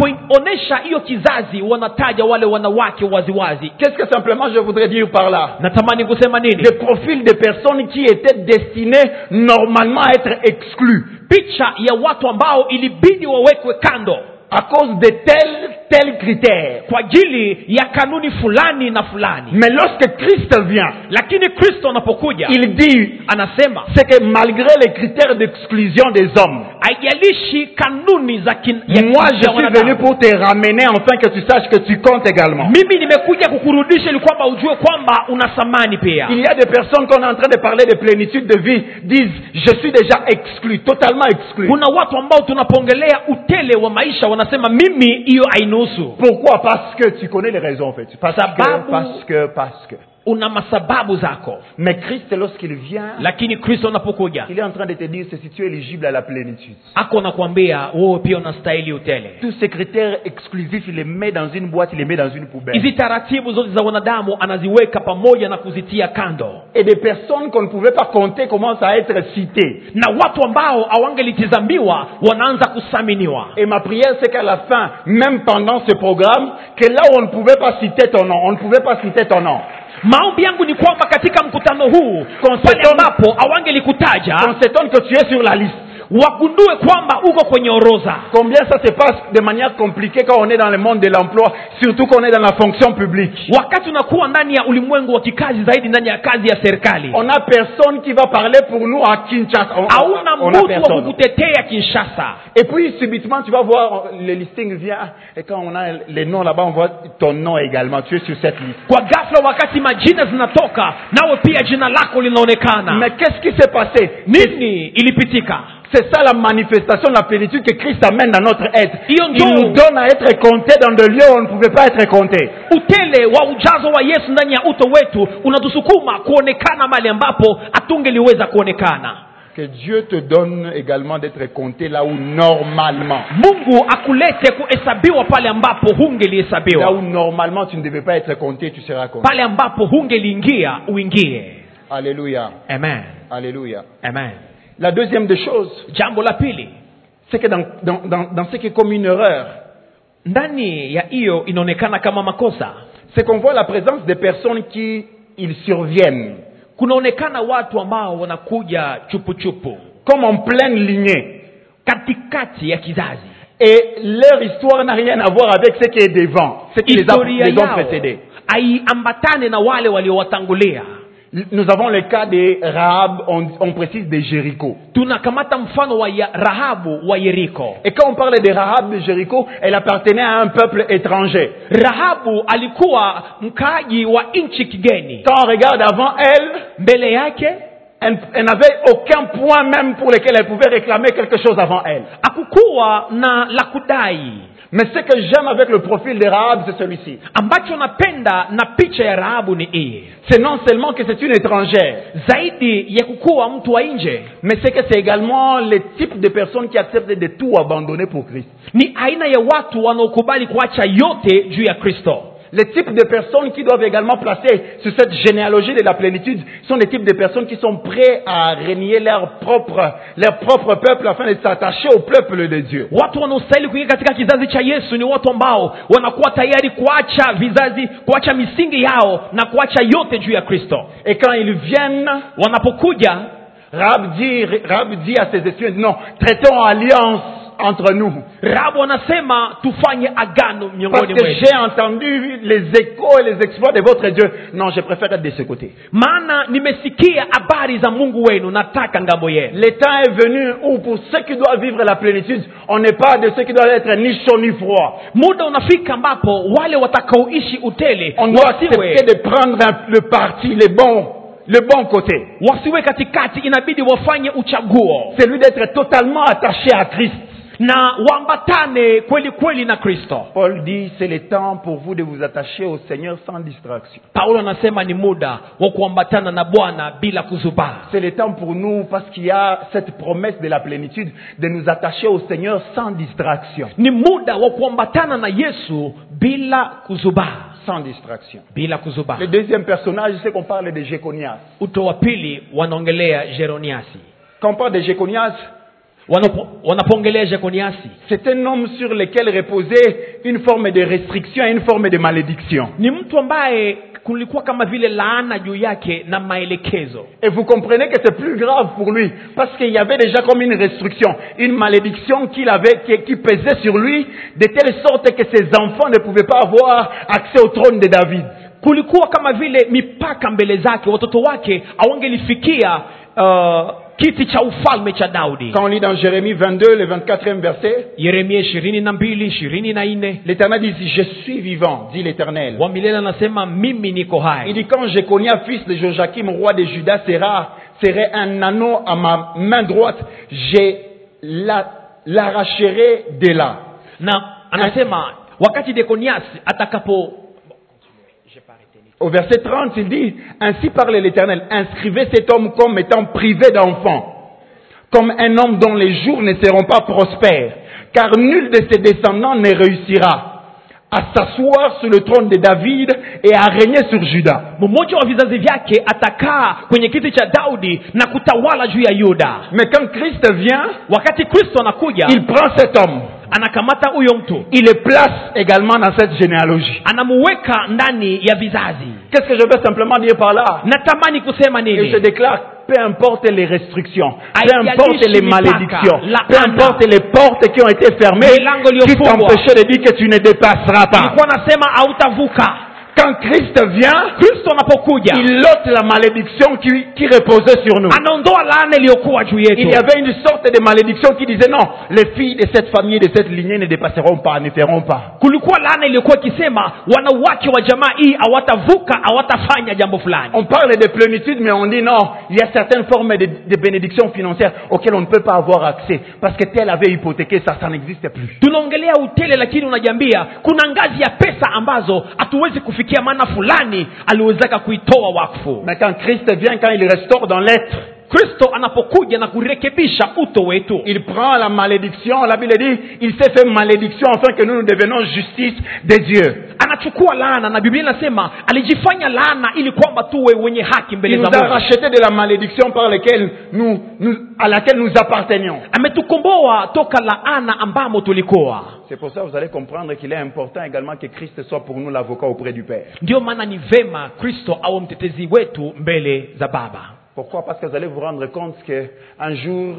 wanapoonyesha hiyo kizazi wanataja wale wanawake waziwazi Qu'est-ce que simplement je voudrais dire par là natamani kusema nini Des profils de personnes qui étaient destinées normalement à être exclues picha ya watu ambao ilibidi wawekwe kando à cause de tels, tels critères. kwa ajili ya kanuni fulani na fulani Mais lorsque Christ vient, lakini kristo anapokuja il dit anasema c'est que malgré les critères d'exclusion des hommes, haijalishi kanuni za kin- ya- moi je ya suis wanadamu. venu pour te ramener afin que tu saches que tu comptes également. mimi nimekuja kukurudisha ili kwamba ujue kwamba una thamani pia Il y a des personnes qu'on est en train de parler de plénitude de vie, disent je suis déjà exclu, totalement exclu. kuna watu ambao tunapoongelea utele wa maisha wanasema mimi hiyo hainuhusu Pourquoi Parce que tu connais les raisons en fait. Parce Ça que, babou. parce que, parce que. una masababu zako Mais Christ, lorsqu'il vient, lakini kristo anapokuja il est en train de te dire c'est si tu es éligible à la plénitude. ako anakuambia wewe pia unastahili utele Tous ces critères exclusifs, il les met dans une boîte, il les met dans une poubelle. hizi taratibu zote za wanadamu anaziweka pamoja na kuzitia kando Et des personnes qu'on ne pouvait pas compter commencent à être citées. na watu ambao hawangelitizamiwa wanaanza kusaminiwa Et ma prière, c'est qu'à la fin, même pendant ce programme, que là où on ne pouvait pas citer ton nom, on ne pouvait pas citer ton nom. maombi yangu ni kwamba katika mkutano huu pale ambapo hawangelikutaja On s'étonne que tu es sur la liste. wagundue kwamba uko kwenye oroza Combien ça se passe de manière compliquée quand on est dans le monde de l'emploi, surtout qu'on est dans la fonction publique. wakati unakuwa ndani ya ulimwengu wa kikazi zaidi ndani ya kazi ya serikali On a personne qui va parler pour nous à Kinshasa. On, hauna on a mtu wa personne. kukutetea kinshasa Et puis subitement, tu vas voir, le listing vient, ah, et quand on a les noms là-bas, on voit ton nom également. Tu es sur cette liste. kwa ghafla wakati majina zinatoka nawe pia jina lako linaonekana Mais qu'est-ce qui s'est passé nini ilipitika C'est ça la manifestation de la plénitude que Christ amène dans notre être. Ils ont Il nous tout. donne à être comptés dans des lieux où on ne pouvait pas être compté. utele wa ujazo wa yesu ndani ya uto wetu unatusukuma kuonekana mahali ambapo hatungeliweza kuonekana Que Dieu te donne également d'être compté là où normalement, mungu akulete kuhesabiwa pale ambapo là où hungelihesabiwa normalement tu ne devais pas être compté, tu seras compté. pale ambapo hungeliingia uingie Alléluia. amen Alléluia. amen La deuxième des choses, jambo la pili c'est que dans, dans, dans, dans ce qui est comme une erreur, ndani ya hiyo inaonekana kama makosa C'est qu'on voit la présence des personnes qui, ils surviennent, kunaonekana watu ambao wanakuja chupuchupu comme en pleine lignée. katikati ya kizazi Et leur histoire n'a rien à voir avec ce qui est devant, ce qui les a, historia les ont yao précédés. haiambatane na wale waliowatangulia Nous avons le cas des Rahab, on, on précise des Jéricho. tunakamata mfano wa ya rahabu wa yeriko Et quand on parle de Rahab de Jéricho, elle appartenait à un peuple étranger. rahabu alikuwa mkaaji wa nchi kigeni Quand on regarde avant elle, mbele yake elle, elle n'avait aucun point même pour lequel elle pouvait réclamer quelque chose avant elle. hakukuwa na la kudai Mais ce que j'aime avec le profil de Rahab, c'est celui-ci. ambacho napenda na picha ya rahabu ni hii C'est non seulement que c'est une étrangère, zaidi ya kukuwa mtu wa nje mais c'est que c'est également le type de personnes qui acceptent de tout abandonner pour Christ. ni aina ya watu wanaokubali kuacha yote juu ya kristo Les types de personnes qui doivent également placer sur cette généalogie de la plénitude sont les types de personnes qui sont prêts à régner leur propre, leur propre peuple afin de s'attacher au peuple de Dieu. watu wanaostahili kuingia katika kizazi cha yesu ni watu ambao wanakuwa tayari kuacha vizazi kuacha misingi yao na kuacha yote juu ya kristo Et quand ils viennent, wanapokuja Rahab dit, Rahab dit à ses espions, non, traitons en alliance entre nous. rabu anasema tufanye agano Parce miongoni que mwetu j'ai entendu les échos et les exploits de votre Dieu. Non, je préfère être de ce côté. maana nimesikia habari za mungu wenu nataka ngambo yenu Le temps est venu où pour ceux qui doivent vivre la plénitude, on n'est pas de ceux qui doivent être ni chaud ni froid. muda unafika ambapo wale watakaoishi utele On doit wasiwe accepter de prendre un- le parti, le bon, le bon côté. wasiwe katikati inabidi wafanye uchaguo Celui d'être totalement attaché à Christ. na waambatane kweli kweli na kristo Paul dit, c'est le temps pour vous de vous attacher au Seigneur sans distraction. paulo anasema ni muda wa kuambatana na bwana bila kuzubaa C'est le temps pour nous, parce qu'il y a cette promesse de la plénitude, de nous attacher au Seigneur sans distraction. ni muda wa kuambatana na yesu bila kuzubaa Sans distraction. bila kuzubaa Le deuxième personnage, c'est qu'on parle de Jéconias. uto wa pili wanaongelea jeroniasi Quand on parle de Jéconias, Wanapo- wanapoongelea jekoniasi c'est un homme sur lequel reposait une forme de restriction, une forme de malédiction. ni mtu ambaye kulikuwa kama vile laana juu yake na maelekezo Et vous comprenez que c'est plus grave pour lui, parce qu'il y avait déjà comme une restriction, une malédiction qu'il avait, qui, qui pesait sur lui, de telle sorte que ses enfants ne pouvaient pas avoir accès au trône de David. kulikuwa kama vile mipaka mbele zake watoto wake awangelifikia uh, kiti cha ufalme cha daudi Quand on lit dans Jérémie 22, le 24e verset, yeremia ishirini na mbili ishirini na nne L'Éternel dit, je suis vivant, dit l'Éternel. wa milele anasema mimi niko Il hai dit, quand Jéconia, fils de Joachim, roi de Juda, sera, serait un anneau à ma main droite, je la- l'arracherai de là. na anasema wakati dekoniasi atakapo Au verset 30, il dit, ainsi parle l'Éternel, inscrivez cet homme comme étant privé d'enfants, comme un homme dont les jours ne seront pas prospères, car nul de ses descendants ne réussira à s'asseoir sur le trône de David et à régner sur Juda. mmoja wa vizazi vyake atakaa kwenye kiti cha daudi na kutawala juu ya yuda Mais quand Christ vient, wakati kristo anakuja il prend cet homme, anakamata huyo mtu il le place également dans cette généalogie. anamuweka ndani ya vizazi Qu'est-ce que je veux simplement dire par là natamani kusema Et je nini déclare, peu importe les restrictions, peu Haijalishi importe les mipaka, malédictions, laana. peu importe les portes qui ont été fermées, Milango qui iliyofungwa. t'empêchaient de dire que tu ne dépasseras pas. nilikuwa nasema hautavuka Quand Christ vient, kristo anapokuja il ôte la malédiction qui, qui reposait sur nous. anaondoa laana iliyokuwa juu Il y yetu avait une sorte de malédiction qui disait non, les filles de cette famille, de cette lignée ne dépasseront pas, ne feront pas. kulikuwa laana iliyokuwa ikisema wanawake wa jamaa hii hawatavuka hawatafanya jambo fulani On parle de plénitude, mais on dit non, il y a certaines formes de, de bénédictions financières auxquelles on ne peut pas avoir accès parce que tel avait hypothéqué ça, ça n'existe plus. tunaongelea utele lakini unajiambia kuna ngazi ya pesa ambazo hatuwezi kufikia maana fulani aliwezeka kuitoa wakfu Mais quand Christ vient, quand il restaure dans l'être, kristo anapokuja na kurekebisha uto wetu Il prend la malédiction, la Bible dit, il s'est fait malédiction afin que nous nous devenions justice des dieux. anachukua laana na biblia inasema alijifanya laana ili kwamba tuwe wenye haki mbele Il nous za a mungu racheté de la malédiction par laquelle nous, nous- à laquelle nous appartenions. ametukomboa toka laana ambamo tulikuwa C'est pour ça que vous allez comprendre qu'il est important également que Christ soit pour nous l'avocat auprès du Père. ndiyo maana ni vema kristo awe mtetezi wetu mbele za baba Pourquoi Parce que vous allez vous rendre compte qu'un jour,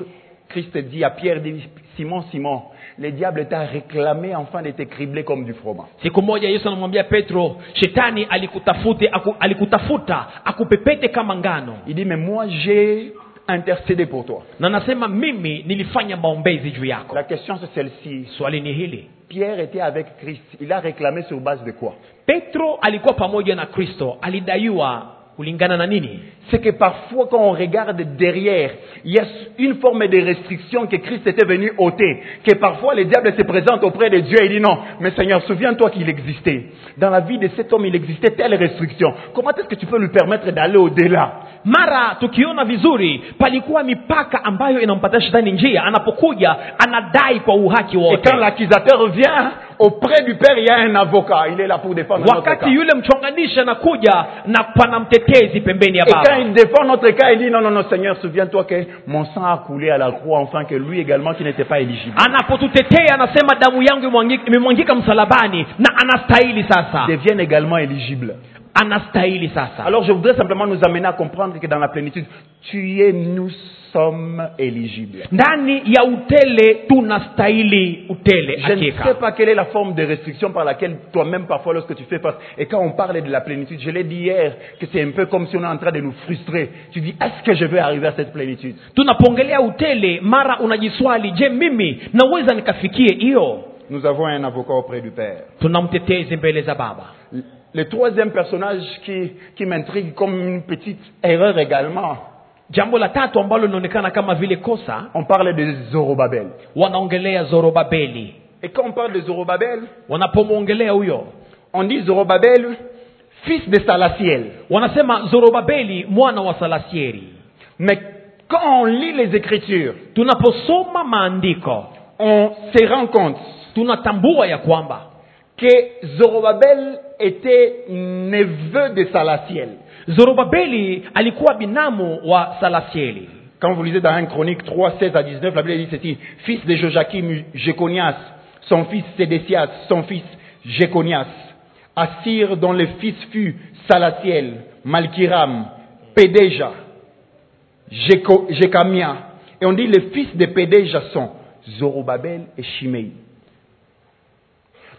Christ dit à Pierre, dit, Simon, Simon, le diable t'a réclamé enfin de te cribler comme du froment. siku moja yesu anamwambia petro shetani alikutafute aku, alikutafuta akupepete kama ngano Il dit, mais moi j'ai intercédé pour toi. na nasema mimi nilifanya maombezi juu yako La question c'est celle-ci. swali ni hili Pierre était avec Christ. Il a réclamé sur base de quoi petro alikuwa pamoja na kristo alidaiwa kulingana na nini C'est que parfois quand on regarde derrière, il y a une forme de restriction que Christ était venu ôter. Que parfois le diable se présente auprès de Dieu et dit non, mais Seigneur, souviens-toi qu'il existait. Dans la vie de cet homme, il existait telle restriction. Comment est-ce que tu peux lui permettre d'aller au-delà mara tukiona vizuri palikuwa mipaka ambayo inampatia shetani njia anapokuja anadai kwa uhaki Et wote quand l'accusateur vient, auprès du Père, il y a un avocat. Il est là pour défendre notre cas. wakati yule mchonganishi anakuja na pana mtetezi pembeni ya Et quand baba il défend notre cas, il dit non, non, non, Seigneur, souviens-toi que mon sang a coulé à la croix, enfin que lui également qui n'était pas éligible. Ah. anapotutetea anasema damu yangu imwangi- imemwangika msalabani na anastahili sasa devienne également éligible. anastahili sasa Alors je voudrais simplement nous amener à comprendre que dans la plénitude, tu es, nous sommes éligibles. ndani ya utele tunastahili utele Je ne hakika sais pas quelle est la forme de restriction par laquelle toi-même parfois lorsque tu fais face, et quand on parle de la plénitude, je l'ai dit hier, que c'est un peu comme si on est en train de nous frustrer. Tu dis, est-ce que je vais arriver à cette plénitude tunapongelea utele mara unajiswali je mimi naweza nikafikie hiyo Nous avons un avocat auprès du Père. tuna mtetezi mbele za baba Le troisième personnage qui, qui m'intrigue comme une petite erreur également, jambo la tatu ambalo linaonekana kama vile kosa on parle de Zorobabel. wanaongelea zorobabeli Et quand on parle de Zorobabel, wanapomwongelea huyo on dit Zorobabel, fils de Salatiel. wanasema zorobabeli mwana wa salasieri Mais quand on lit les Écritures, tunaposoma maandiko on se rend compte tunatambua ya kwamba que Zorobabel était neveu de Salatiel. zorobabeli alikuwa binamu wa salasieli Quand vous lisez dans 1 Chronique 3, 16 à 19, la Bible dit ceci Fils de Joachim Jéconias, son fils Sédécias, son fils Jéconias, Assir, dont le fils fut Salatiel, Malkiram, Pédéja, Jéco- Jécamia. Et on dit les fils de Pédéja sont Zorobabel et Shimei.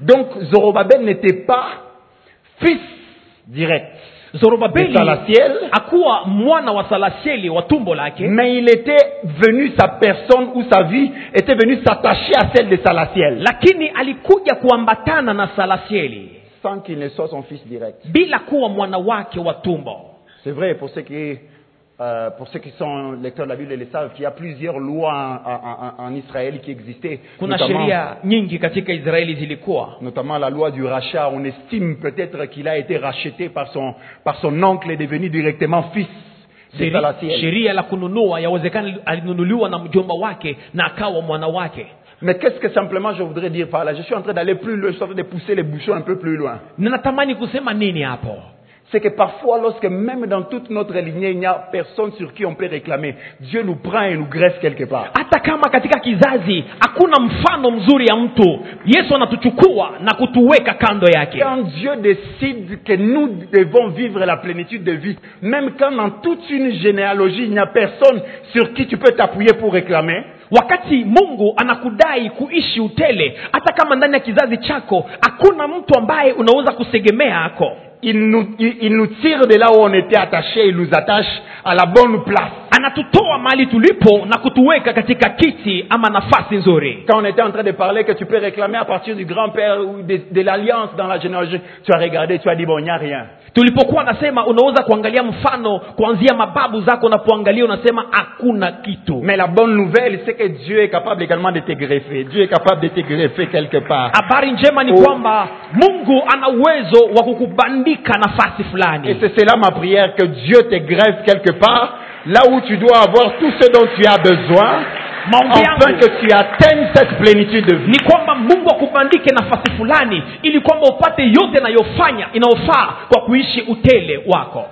Donc Zorobabel n'était pas fils direct, zorobabeli De Salasiel. akuwa mwana wa salasieli wa tumbo lake mais il était venu, sa personne ou sa vie était venue s'attacher à celle de Salatiel, lakini alikuja kuambatana na salasieli sans qu'il ne soit son fils direct. bila kuwa mwana wake wa tumbo C'est vrai, pour ceux qui, euh, pour ceux qui sont lecteurs de la Bible et le savent, qu'il y a plusieurs lois en, en- en- en Israël qui existaient, kuna sheria nyingi katika israeli zilikuwa notamment la loi du rachat. On estime peut-être qu'il a été racheté par son, par son oncle et devenu directement fils de Sheri- Salatiel. sheria la kununua yawezekana alinunuliwa na mjomba wake na akawa mwana wake Mais qu'est-ce que simplement je voudrais dire par là Je suis en train d'aller plus loin, je suis en train de pousser les bouchons un peu plus loin. na natamani kusema nini hapo C'est que parfois, lorsque même dans toute notre lignée, il n'y a personne sur qui on peut réclamer, Dieu nous prend et nous greffe quelque part. hata kama katika kizazi hakuna mfano mzuri ya mtu yesu anatuchukua na kutuweka kando yake Quand Dieu décide que nous devons vivre la plénitude de vie, même quand dans toute une généalogie, il n'y a personne sur qui tu peux t'appuyer pour réclamer, wakati mungu anakudai kuishi utele hata kama ndani ya kizazi chako hakuna mtu ambaye unaweza kutegemea ako il nous, il- il nous tire de là où on était attaché, il nous attache à la bonne place. anatutoa mahali tulipo na kutuweka katika kiti ama nafasi nzuri Quand on était en train de parler que tu peux réclamer à partir du grand-père ou de, de l'alliance dans la généalogie, tu as regardé, tu as dit, bon, il n'y a rien. tulipokuwa nasema unaweza kuangalia mfano kuanzia mababu zako unapoangalia unasema hakuna kitu Mais la bonne nouvelle, c'est que Dieu est capable également de te greffer. Dieu est capable de te greffer quelque part. habari njema ni Oh. kwamba mungu ana uwezo wa kukubandika nafasi Et fulani c'est cela ma prière, que Dieu te greffe quelque part là où tu dois avoir tout ce dont tu as besoin, Maombi afin yangu. que tu atteignes cette plénitude de vie. ni kwamba mungu akubandike nafasi fulani ili kwamba upate yote inayofanya inayofaa kwa kuishi utele wako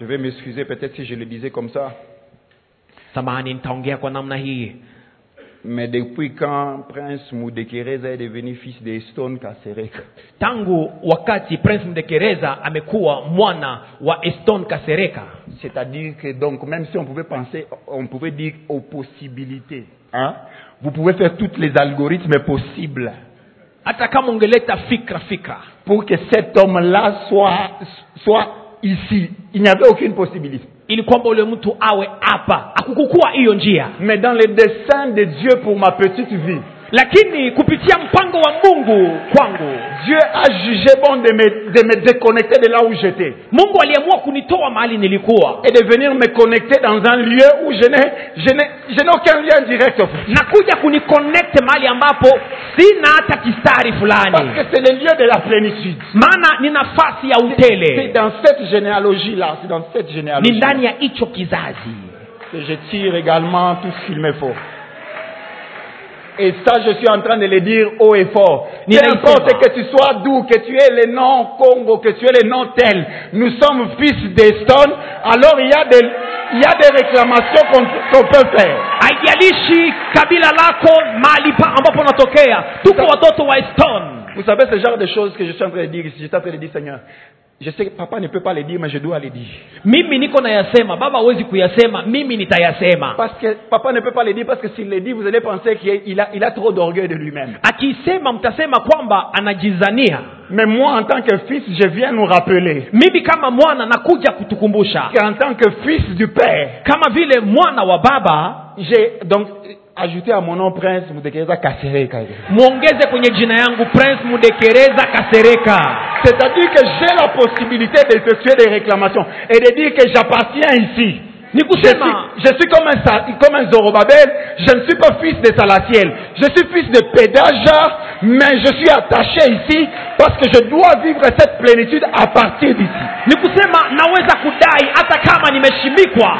Je vais m'excuser peut-être si je le disais comme ça, samahani nitaongea kwa namna hii mais depuis quand Prince Moudekereza est devenu fils de Stone Kaserek, tangu wakati prince mdekereza amekuwa mwana wa eston kasereka c'est-à-dire que donc même si on pouvait penser, on pouvait dire aux possibilités, hein, vous pouvez faire tous les algorithmes possibles hata kama ungeleta fikra fikra pour que cet homme-là soit, soit ici. Il n'y avait aucune possibilité. ili kwamba ule mtu awe hapa akukukuwa hiyo njia Mais dans les desseins de Dieu pour ma petite vie, lakini kupitia mpango wa mungu kwangu Dieu a jugé bon de me, de me déconnecter de là où j'étais mungu aliamua kunitoa mahali nilikuwa et de venir me connecter dans un lieu où je n'ai, je n'ai, je n'ai aucun lien direct. na kuja kuniconnect mahali ambapo sina hata kistari Parce fulani que c'est le lieu de la plénitude. maana ni nafasi ya C'est utele dans cette généalogie-là, c'est dans cette ni généalogie ndani ya hicho kizazi que je tire également tout ce qu'il me faut. Et ça, je suis en train de le dire haut et fort. Nina N'importe Isema. que tu sois d'où, que tu aies le nom Congo, que tu aies le nom tel, nous sommes fils d'Eston, alors il y a des, il y a des réclamations qu'on qu'on peut faire. haijalishi kabila lako mahali pa ambapo unatokea tuko watoto wa eston Vous savez ce genre de choses que je suis en train de dire ici. Je suis en train de dire, Seigneur, je sais que papa ne peut pas les dire, mais je dois les dire. mimi niko nayasema baba huwezi kuyasema mimi nitayasema Parce que papa ne peut pas les dire, parce que s'il les dit, vous allez penser qu'il a, il a trop d'orgueil de lui-même. akisema mtasema kwamba anajizania Mais moi, en tant que fils, je viens nous rappeler mimi kama mwana nakuja kutukumbusha qu'en tant que fils du Père, kama vile mwana wa baba j'ai donc ajouté à mon nom prince Mudekereza Kasereka. mwongeze kwenye jina yangu prince mudekereza kasereka C'est-à-dire que j'ai la possibilité d'effectuer des réclamations et de dire que j'appartiens ici. ni Je suis, kusema je suis comme un, Sa- comme un Zorobabel, je ne suis pas fils de Salatiel, je suis fils de Pédaja, mais je suis attaché ici parce que je dois vivre cette plénitude à partir d'ici. ni kusema naweza kudai hata kama nimeshimikwa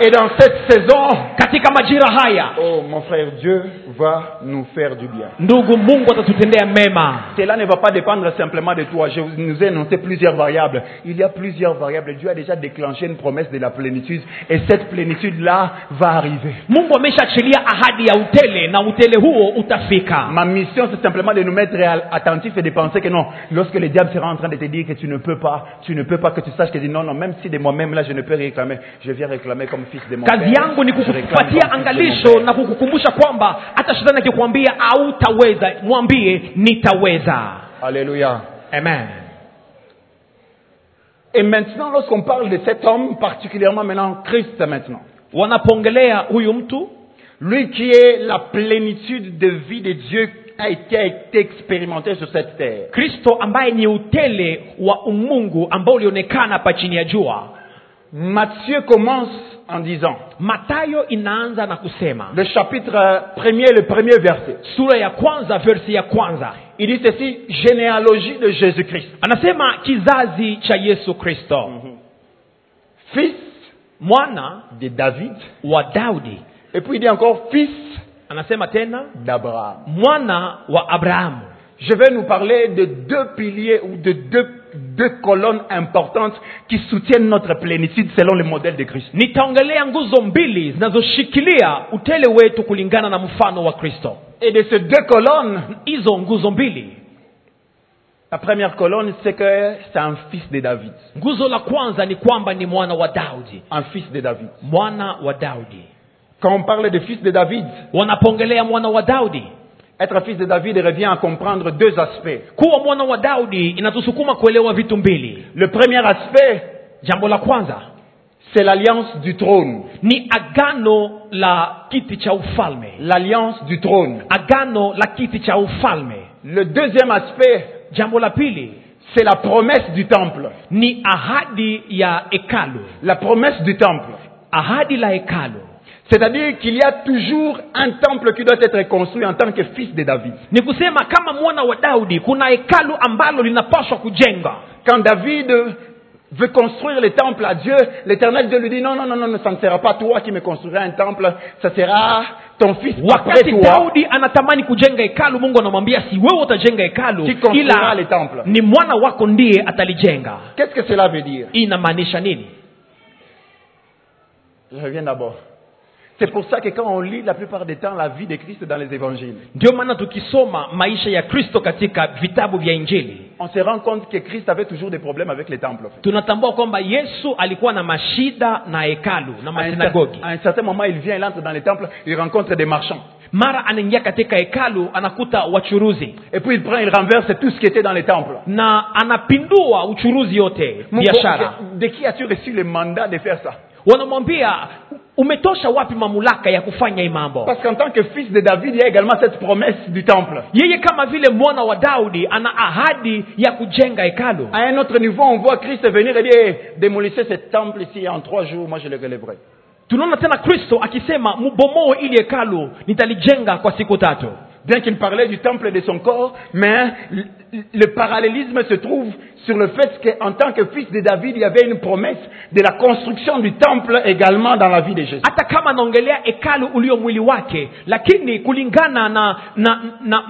Et dans cette saison, katika majira haya oh mon frère, Dieu va nous faire du bien. ndugu mungu atatutendea mema Cela ne va pas dépendre simplement de toi. Je vous- nous ai noté plusieurs variables. Il y a plusieurs variables. Dieu a déjà déclenché une promesse de la plénitude et cette plénitude-là va arriver. mungu ameshaachilia ahadi ya utele na utele huo utafika Ma mission, c'est simplement de nous mettre à- attentifs et de penser que non, lorsque le diable sera en train de te dire que tu ne peux pas, tu ne peux pas, que tu saches que tu dis non, non, même si de moi-même là, je ne peux rien réclamer, je viens réclamer comme fils de mon père. kazi yangu ni Je réclame comme kukupatia fils de mon angalisho père. na kukukumbusha kwamba hata shetani akikwambia autaweza mwambie nitaweza Alléluia. amen Et maintenant, lorsqu'on parle de cet homme, particulièrement maintenant, Christ maintenant, wanapoongelea huyu mtu Lui qui est la plénitude de vie de Dieu a été, a été expérimenté sur cette terre. kristo ambaye ni utele wa umungu ambao ulionekana hapa chini ya jua Matthieu commence en disant, matayo inaanza na kusema le chapitre euh, premier, le premier verset. sura ya kwanza versi ya kwanza Il dit ceci, généalogie de Jésus-Christ. Mhm. anasema kizazi cha yesu kristo Fils mwana de David. wa daudi Et puis il dit encore, fils anasema tena d'Abraham. mwana wa abrahamu Je vais nous parler de deux piliers ou de deux, deux colonnes importantes qui soutiennent notre plénitude selon le modèle de Christ. nitaongelea nguzo mbili zinazoshikilia utele wetu kulingana na mfano wa kristo Et de ces deux colonnes, hizo nguzo mbili la première colonne, c'est que c'est un fils de David. nguzo la kwanza ni kwamba ni mwana wa daudi un fils de David. mwana wa daudi Quand on parle de fils de David, wanapoongelea mwana wa daudi être fils de David revient à comprendre deux aspects. kuwa mwana wa daudi inatusukuma kuelewa vitu mbili Le premier aspect, jambo la kwanza c'est l'alliance du trône. ni agano la kiti cha ufalme L'alliance du trône. agano la kiti cha ufalme Le deuxième aspect, jambo la pili c'est la promesse du temple. ni ahadi ya hekalu La promesse du temple. ahadi la hekalu C'est-à-dire qu'il y a toujours un temple qui doit être construit en tant que fils de David. ni kusema kama mwana wa daudi kuna hekalu ambalo linapaswa kujenga Quand David veut construire les temples à Dieu, l'Éternel Dieu lui dit, non, non, non, non, ça ne sera pas toi qui me construiras un temple, ça sera ton fils après wakati toi daudi anatamani kujenga hekalu mungu anamwambia si wewe utajenga hekalu Qui construira ila le temple. ni mwana wako ndiye atalijenga Qu'est-ce que cela veut dire hii inamaanisha nini Je reviens d'abord. C'est pour ça que quand on lit la plupart des temps la vie de Christ dans les évangiles, ndio maana tukisoma maisha ya kristo katika vitabu vya injili on se rend compte que Christ avait toujours des problèmes avec les temples. en fait. tunatambua kwamba yesu alikuwa na mashida na hekalu na À un, cer- masinagogi à un certain moment, il vient, il entre dans les temples, il rencontre des marchands. mara anaingia katika hekalu anakuta wachuruzi Et puis il prend, il renverse tout ce qui était dans les temples. na anapindua uchuruzi yote Mon- biashara bon, de qui as-tu reçu le mandat de faire ça wanamwambia umetosha wapi mamlaka ya kufanya hii mambo Parce qu'en tant que fils de David, il y a également cette promesse du temple. yeye kama vile mwana wa daudi ana ahadi ya kujenga hekalu À un autre niveau, on voit Christ venir et dire Eh, démolissez ce temple ici en trois jours, moi je le relèverai. tunaona tena kristo akisema mbomoe ili hekalu nitalijenga kwa siku tatu Bien qu'il parlait du temple et de son corps, mais hein, l- le parallélisme se trouve sur le fait qu'en tant que fils de David, il y avait une promesse de la construction du temple également dans la vie de Jésus. hata kama anaongelea hekalu ulio mwili wake lakini kulingana na na, na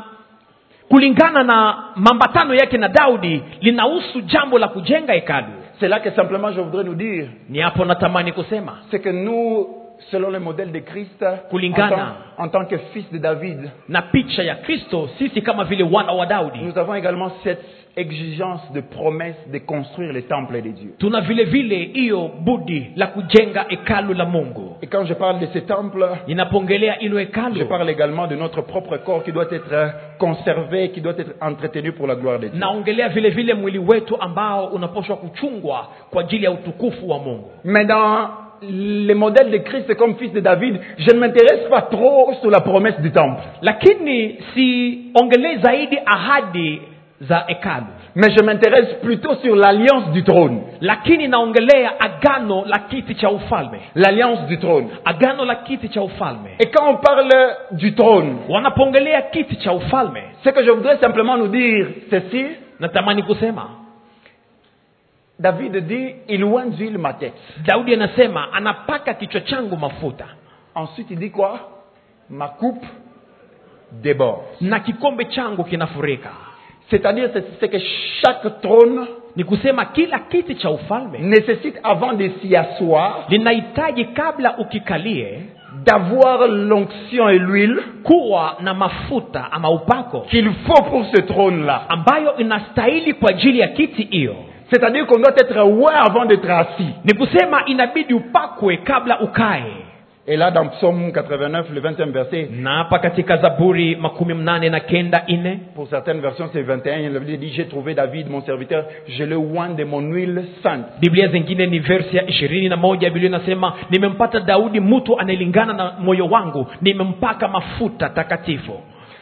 kulingana na mambatano yake na daudi linahusu jambo la kujenga hekalu C'est là que simplement je voudrais nous dire, ni hapo natamani kusema c'est que nous, selon le modèle de Christ, en Kulingana. tant- en tant que fils de David, na picha ya kristo sisi kama vile wana wa daudi Nous avons également cette exigence de promesse de construire les temples de Dieu. tuna vile vile hiyo budi la kujenga hekalu la mungu Et quand je parle de ces temples, ninapoongelea ilo je hekalu parle également de notre propre corps qui doit être euh, conservé, qui doit être entretenu pour la gloire de Dieu. naongelea vile vile mwili wetu ambao unaposhwa kuchungwa kwa ajili ya utukufu wa mungu Mais dans le modèle de Christ comme fils de David, je ne m'intéresse pas trop sur la promesse du temple. lakini siongelee zaidi ahadi za hekalu Mais je m'intéresse plutôt sur l'alliance du trône. lakini naongelea agano la kiti cha ufalme L'alliance du trône. agano la kiti cha ufalme Et quand on parle du trône, wanapoongelea kiti cha ufalme ce que je voudrais simplement nous dire, ceci, natamani kusema David dit, il loin d'huile ma tête. daudi anasema anapaka kichwa changu mafuta Ensuite, il dit quoi Ma coupe déborde. na kikombe changu kinafurika C'est-à-dire, c'est c'est que chaque trône ni kusema kila kiti cha ufalme nécessite, avant de s'y asseoir, linahitaji kabla ukikalie d'avoir l'onction et l'huile kuwa na mafuta ama upako qu'il faut pour ce trône-là. ambayo inastahili kwa ajili ya kiti hiyo C'est-à-dire qu'on doit être oint avant d'être assis. ni kusema inabidi upakwe kabla ukae Et là, dans Psaume 89, le 21 verset, na hapa katika zaburi makumi mnane na kenda nne pour certaines versions, c'est 21, il dit, j'ai trouvé David, mon serviteur, je le oint de mon huile sainte. biblia zingine ni versi ya ishirini na moja biblia inasema nimempata daudi mtu anayelingana na moyo wangu nimempaka mafuta takatifu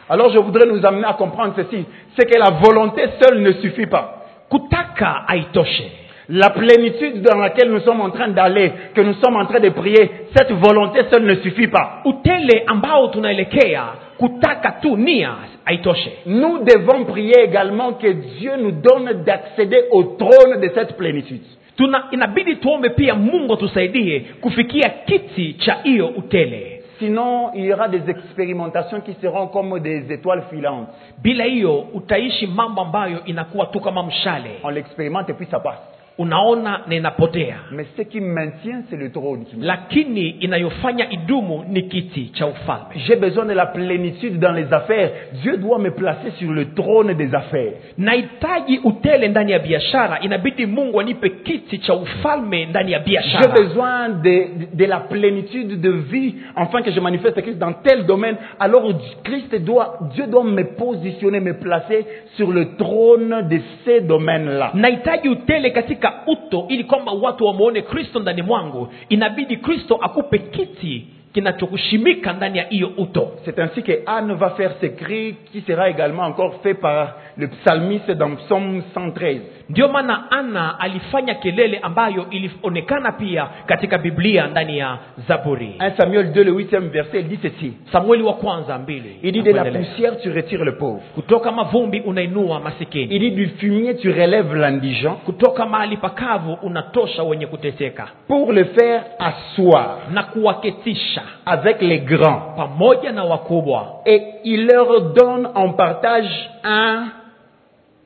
Alors, je voudrais nous amener à comprendre ceci, c'est que la volonté seule ne suffit pas. kutaka aitoshe La plénitude dans laquelle nous sommes en train d'aller, que nous sommes en train de prier, cette volonté seule ne suffit pas. utele ambao tunaelekea kutaka tu nia haitoshe Nous devons prier également que Dieu nous donne d'accéder au trône de cette plénitude. tuna inabidi tuombe pia mungu atusaidie kufikia kiti cha hiyo utele Sinon, il y aura des expérimentations qui seront comme des étoiles filantes. bila hiyo utaishi mambo ambayo inakuwa tu kama mshale On l'expérimente et puis ça passe. unaona na inapotea Mais ce qui maintient, c'est le trône. qui maintient. lakini inayofanya idumu ni kiti cha ufalme J'ai besoin de la plénitude dans les affaires. Dieu doit me placer sur le trône des affaires. nahitaji utele ndani ya biashara inabidi mungu anipe kiti cha ufalme ndani ya J'ai biashara besoin de, de la plénitude de vie, afin que je manifeste Christ dans tel domaine. Alors Christ doit, Dieu doit me positionner, me placer sur le trône de ces domaines-là. nahitaji utele katika uto ili kwamba watu wamwone kristo ndani mwangu inabidi kristo akupe kiti kinachokushimika ndani ya hiyo uto C'est ainsi que Anne va faire ce cri qui sera également encore fait par le psalmiste dans Psaume 113. ndiyo maana ana alifanya kelele ambayo ilionekana pia katika biblia ndani ya zaburi 1 Samuel 2, le 8e verset, il dit ceci. samueli wa kwanza mbili Il dit, de la Nakuendelea. poussière, tu retires le pauvre. kutoka mavumbi unainua Il masikini dit, du fumier, tu relèves l'indigent kutoka mahali pakavu unatosha wenye kuteseka pour le faire asseoir na kuwaketisha avec les grands. pamoja na wakubwa Et il leur donne en partage un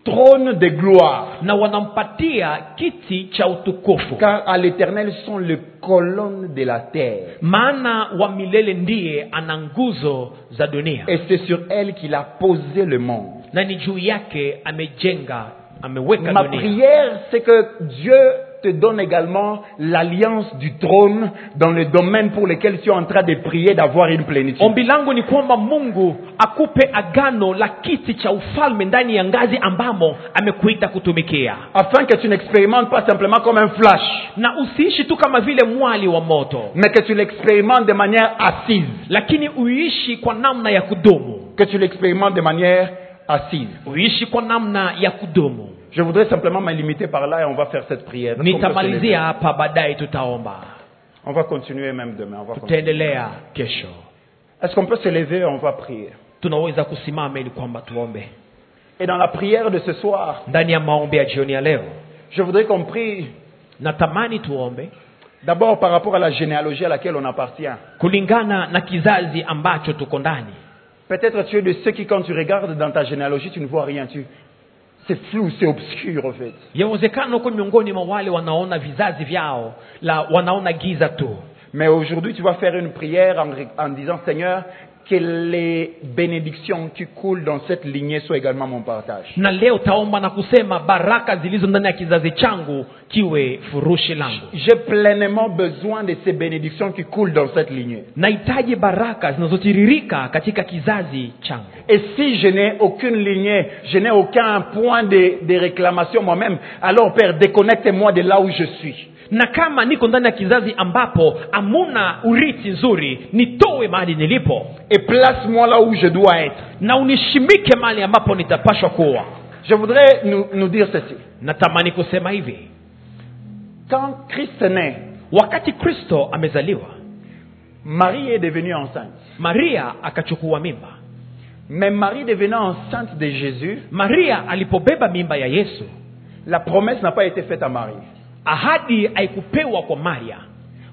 trône de gloire. na wanampatia kiti cha utukufu Car à l'éternel sont les colonnes de la terre. maana wa milele ndiye ana nguzo za dunia Et c'est sur elle qu'il a posé le monde. na ni juu yake amejenga ameweka Ma dunia prière, c'est que Dieu te donne également l'alliance du trône dans le domaine pour lequel tu es en train de prier d'avoir une plénitude. ombi langu ni kwamba mungu akupe agano la kiti cha ufalme ndani ya ngazi ambamo amekuita kutumikia Afin que tu n'expérimentes pas simplement comme un flash, na usiishi tu kama vile mwali wa moto mais que tu l'expérimentes de manière assise. lakini uishi kwa namna ya kudumu Que tu l'expérimentes de manière assise. uishi kwa namna ya kudumu Je voudrais simplement me limiter par là et on va faire cette prière. Nous sommes tous les nitamalizia deux. hapa baadaye tutaomba On va continuer même demain. on va continuer. tutaendelea kesho Est-ce qu'on peut se lever et on va prier tunaweza kusimama ili kwamba tuombe Et dans la prière de ce soir, ndani ya maombi ya jioni ya leo je voudrais qu'on prie natamani tuombe d'abord par rapport à la généalogie à laquelle on appartient. kulingana na kizazi ambacho tuko ndani Peut-être tu es de ceux qui, quand tu regardes dans ta généalogie, tu ne vois rien. Tu... C'est flou, c'est obscur en fait. yawezekana huko miongoni mwa wale wanaona vizazi vyao la wanaona giza tu Mais aujourd'hui, tu vas faire une prière en, en disant, Seigneur, que les bénédictions qui coulent dans cette lignée soient également mon partage. na leo taomba na kusema baraka zilizo ndani ya kizazi changu kiwe furushi langu J'ai pleinement besoin de ces bénédictions qui coulent dans cette lignée. nahitaji baraka zinazotiririka katika kizazi changu Et si je n'ai aucune lignée, je n'ai aucun point de, de réclamation moi-même, alors Père, déconnecte-moi de là où je suis. na kama niko ndani ya kizazi ambapo hamuna urithi nzuri nitowe mahali nilipo Et place-moi là où je dois être. na unishimike mahali ambapo nitapashwa kuwa Je voudrais nous- nous dire ceci. natamani kusema hivi Quand Christ est né, wakati kristo amezaliwa Marie est devenue enceinte. maria akachukua mimba Mais Marie devenant enceinte de Jésus, maria alipobeba mimba ya yesu la promesse n'a pas été faite à Marie. ahadi haikupewa kwa maria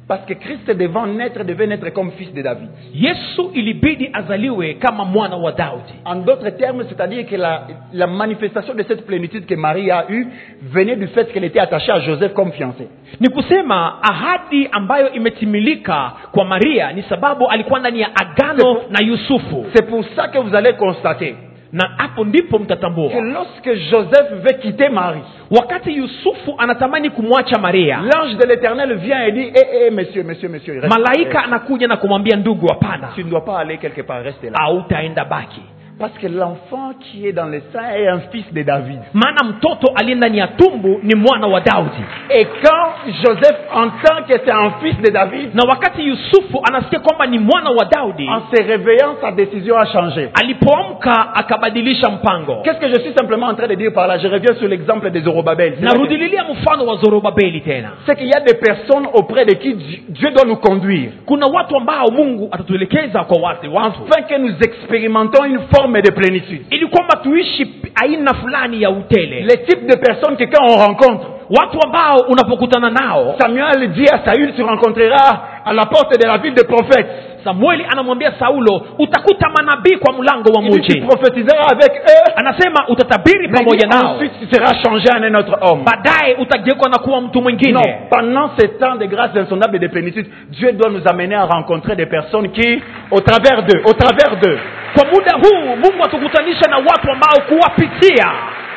Parce que Christ devant naître devait naître comme fils de David. yesu ilibidi azaliwe kama mwana wa daudi En d'autres termes, c'est-à-dire que la, la manifestation de cette plénitude que Marie a eue venait du fait qu'elle était attachée à Joseph comme fiancé. ni kusema ahadi ambayo imetimilika kwa maria ni sababu alikuwa ndani ya agano na yusufu C'est pour ça que vous allez constater na hapo ndipo que mtatambua lorsque Joseph veut quitter Marie, wakati yusufu anatamani kumwacha maria l'ange de l'Éternel vient et dit, hé, hé, monsieur, monsieur, monsieur, reste. malaika Eh, anakuja na kumwambia ndugu hapana tu ne dois pas aller quelque part, reste là. hautaenda baki Parce que l'enfant qui est dans le sein est un fils de David. maana mtoto aliye ndani ya tumbu ni mwana wa daudi Et quand Joseph entend que c'est un fils de David, na wakati yusufu anasikia kwamba ni mwana wa daudi en se réveillant, sa décision a changé. alipoamka akabadilisha mpango Qu'est-ce que je suis simplement en train de dire par là Je reviens sur l'exemple des Zorobabel. narudililia mfano wa zorobabeli tena C'est qu'il y a des personnes auprès de qui Dieu Dieu doit nous conduire, kuna watu ambao mungu atatuelekeza kwa wasi watu afin que nous expérimentons une forme de plénitude. ili kwamba tuishi p- aina fulani ya utele Les types de personnes que quand on rencontre, watu ambao unapokutana nao Samuel dit à Saül, tu rencontreras à la porte de la ville des prophètes. samueli anamwambia saulo utakuta manabii kwa mlango wa Il dit, tu mji prophétiseras avec eux, anasema utatabiri mais il pamoja dit, nao ensuite tu seras changé en un autre homme. baadaye utageuka na kuwa mtu Non, mwingine pendant ces temps de grâce insondable et de plénitude, Dieu doit nous amener à rencontrer des personnes qui, au travers d'eux, au travers d'eux, kwa muda huu mungu atukutanisha na watu ambao kuwapitia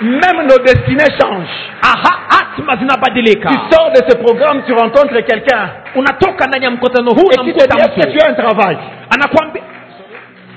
même nos destinées changent. aha hatima zinabadilika Tu sors de ce programme, tu rencontres quelqu'un unatoka ndani ya mkutano huu et na qui te dit mkuta est-ce que tu mtu as un travail anakwambia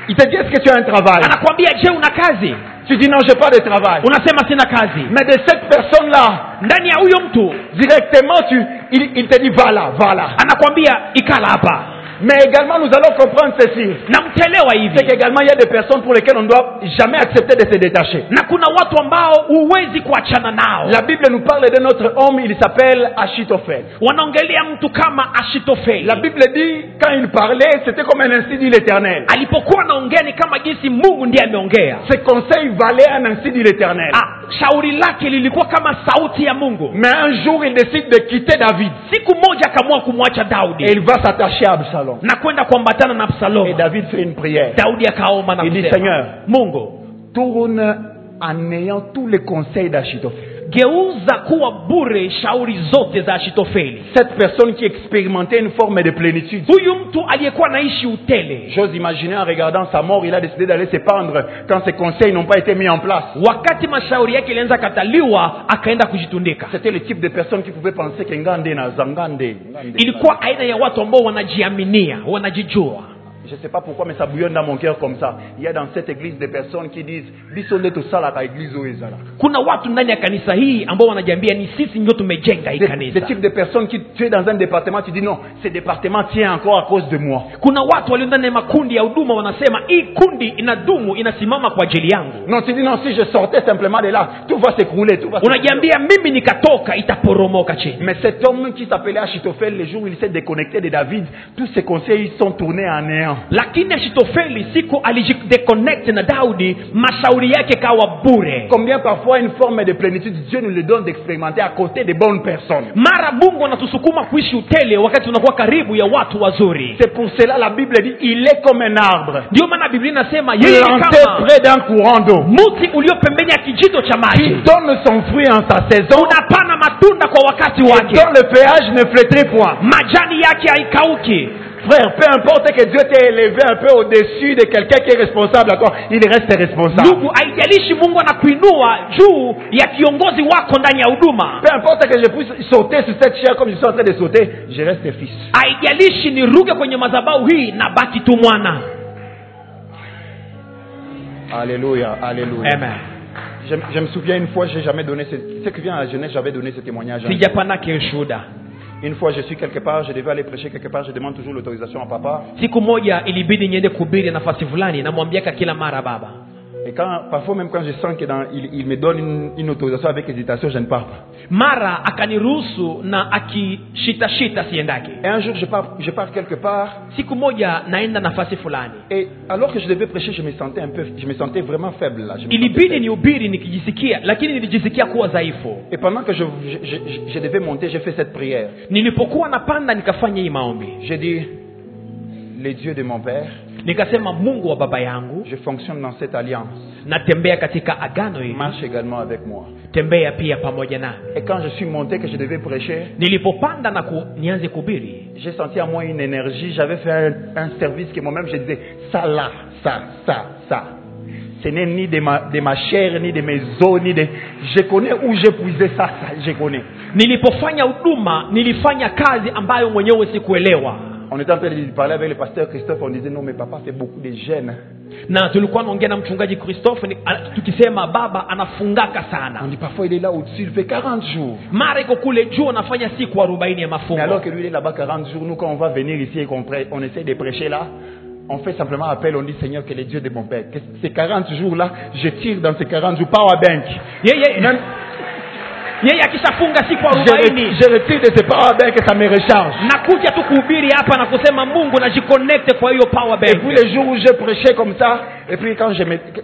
Il te dit est-ce que tu as un travail anakwambia je una kazi Tu dis non, j'ai pas de travail. unasema sina kazi Mais de cette personne-là, ndani ya huyo mtu directement, tu, il, il te dit va là, va là. anakwambia ikala hapa Mais également, nous allons comprendre ceci. na mtaelewa C'est hivi qu'également, il y a des personnes pour lesquelles on ne doit jamais accepter de se détacher. na kuna watu ambao huwezi kuachana nao La Bible nous parle d'un autre homme, il s'appelle Achitophel. wanaongelea mtu kama La ashitofeli Bible dit, quand il parlait, c'était comme un ainsi dit l'Éternel. alipokuwa anaongea ni kama jinsi mungu ndiye ameongea Ses conseils valaient un ainsi dit l'Éternel. Ah, shauri lake lilikuwa kama sauti ya mungu Mais un jour, il décide de quitter David. siku moja akaamua kumwacha Et daudi il va s'attacher à Absalom. na kwenda kuambatana na Et absalomu David fait une prière. daudi akaomba na Il dit, kusema Seigneur. mungu Tourne en ayant tous les conseils d'Achitophel. geuza kuwa bure shauri zote za ashitofeli Cette personne qui expérimentait une forme de plénitude. huyu mtu aliyekuwa anaishi utele J'ose imaginer en regardant sa mort, il a décidé d'aller se pendre quand ses conseils n'ont pas été mis en place. wakati mashauri yake ilianza kataliwa akaenda kujitundika C'était le type de personne qui pouvait penser que Ngande na Zangande. Ngande ilikuwa aina ya watu ambao wanajiaminia wanajijua na- Je ne sais pas pourquoi, mais ça bouillonne dans mon cœur comme ça. Il y a dans cette église des personnes qui disent Biso ndeto salaka église oyo ezalaka. kuna watu ndani ya kanisa hii ambao wanajiambia ni sisi ndio tumejenga hii Des, des kanisa types de personnes qui, tu es dans un département, tu dis non, ce département tient encore à cause de moi. kuna watu walio ndani ya makundi ya huduma wanasema hii kundi inadumu inasimama kwa ajili yangu Non, tu dis non, si je sortais simplement de là, tout va s'écrouler, tout va s'écrouler. unajiambia mimi nikatoka itaporomoka chini Mais cet homme qui s'appelait Achitophel, le jour où il s'est déconnecté de David, tous ses conseils sont tournés en néant. lakini ashitofeli siku alijideconnect na daudi mashauri yake kawa bure Combien parfois une forme de plénitude, Dieu nous le donne d'expérimenter à côté des bonnes personnes. mara mungu anatusukuma kuishi utele wakati unakuwa karibu ya watu wazuri C'est pour cela la Bible dit, il est comme un arbre ndio maana biblia inasema yeye ni planté kama près d'un courant d'eau mti ulio pembeni ya kijito cha qui maji donne son fruit en sa saison unapana matunda kwa wakati et wake dont le péage ne flétrit point. majani yake haikauki Frère, peu importe que Dieu t'ait élevé un peu au-dessus de quelqu'un qui est responsable à toi, il reste responsable. ndugu haijalishi mungu anakuinua juu ya kiongozi wako ndani ya huduma Peu importe que je puisse sauter sur cette chair comme je suis en train de sauter, je reste fils. haijalishi niruke kwenye madhabahu hii na baki tu mwana Alléluia, alléluia. Amen. Je, je me souviens une fois, j'ai jamais donné ce, ce qui vient à la jeunesse, j'avais donné ce témoignage. un jour. sijapanake ushuhuda Une fois, je suis quelque part, je devais aller prêcher quelque part, je demande toujours l'autorisation à papa. siku moja ilibidi niende kuhubiri nafasi fulani namwambiaka kila mara baba Et quand, parfois même quand je sens qu'il il, il me donne une, une autorisation avec hésitation, je ne pars pas. mara akaniruhusu na akishitashita siendake Et un jour, je pars, je pars quelque part, siku moja naenda nafasi fulani et alors que je devais prêcher, je me sentais un peu, je me sentais vraiment faible là. je me sentais ilibidi faible. nihubiri nikijisikia lakini nilijisikia kuwa dhaifu Et pendant que je, je, je- je devais monter, j'ai fait cette prière. nilipokuwa napanda nikafanya hii maombi J'ai dit, les dieux de mon père, nikasema mungu wa baba yangu je fonctionne dans cette alliance, natembea katika agano hili marche également avec moi. tembea pia pamoja nami Et quand je suis monté, que je devais prêcher, nilipopanda na ku, nianze kuhubiri j'ai senti en moi une énergie. J'avais fait un, un service que moi-même je disais, ça là, ça, ça, ça. Ce n'est ni de ma, de ma chair, ni de mes os, ni de... Je connais où j'ai puisé ça, ça, je connais. nilipofanya huduma nilifanya kazi ambayo mwenyewe sikuelewa On était en train de parler avec le pasteur Christophe, on disait, non, mais papa fait beaucoup de gênes. na tulikuwa naongea na mchungaji christophe ni- a- tukisema baba anafungaka On sana dit, parfois il est là au-dessus, il fait 40 jours. mara iko kule juu anafanya siku arobaini ya Mais alors mafungo que lui, il est là-bas 40 jours, nous, quand on va venir ici et qu'on prê- on essaie de prêcher là, on fait simplement appel, on dit Seigneur, que les dieux de mon Père, que ces 40 jours-là, je tire dans ces 40 jours, power bank. yeye Même- yeye akishafunga siku Je, arobaini re- je retire de ces power bank et ça me recharge. nakuja tu kuhubiri hapa na kusema mungu najiconnecte kwa hiyo power Et puis bank les jours où j'ai prêché comme ça, et puis quand je me, que,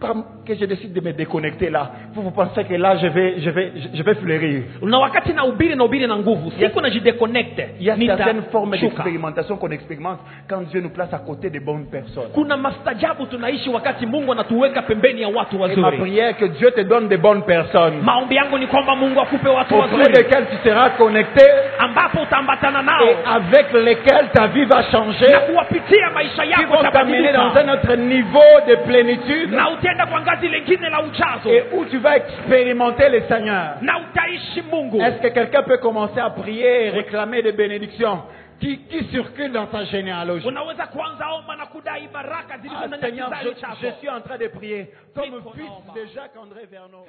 par- que je décide de me déconnecter là, vous, vous pensez que là, je vais, je vais, je, je vais fleurir. na wakati nahubiri nahubiri na nguvu siku najideconnecte Il y a certaines formes nitashuka d'expérimentation qu'on expérimente quand Dieu nous place à côté des bonnes personnes. kuna mastajabu tunaishi wakati mungu anatuweka pembeni ya watu Et ma wazuri prière, que Dieu te donne des bonnes personnes. maombi yangu ni kwamba mungu akupe watu auprès wazuri desquels tu seras connecté ambapo utaambatana et nao avec lesquels ta vie va changer, na kuwapitia maisha qui yako vont t'amener dans tabadilika un autre niveau de plénitude na utaenda kwa ngazi lingine la ujazo et où tu vas expérimenter le Seigneur. na utaishi mungu Est-ce que quelqu'un peut commencer à prier et réclamer des bénédictions qui, qui circulent dans sa généalogie unaweza kuanza omba na kudai baraka Ah, zilizo ndani ya Seigneur, je, kizazi je chako suis en train de prier comme fils de Jacques-André Vernon.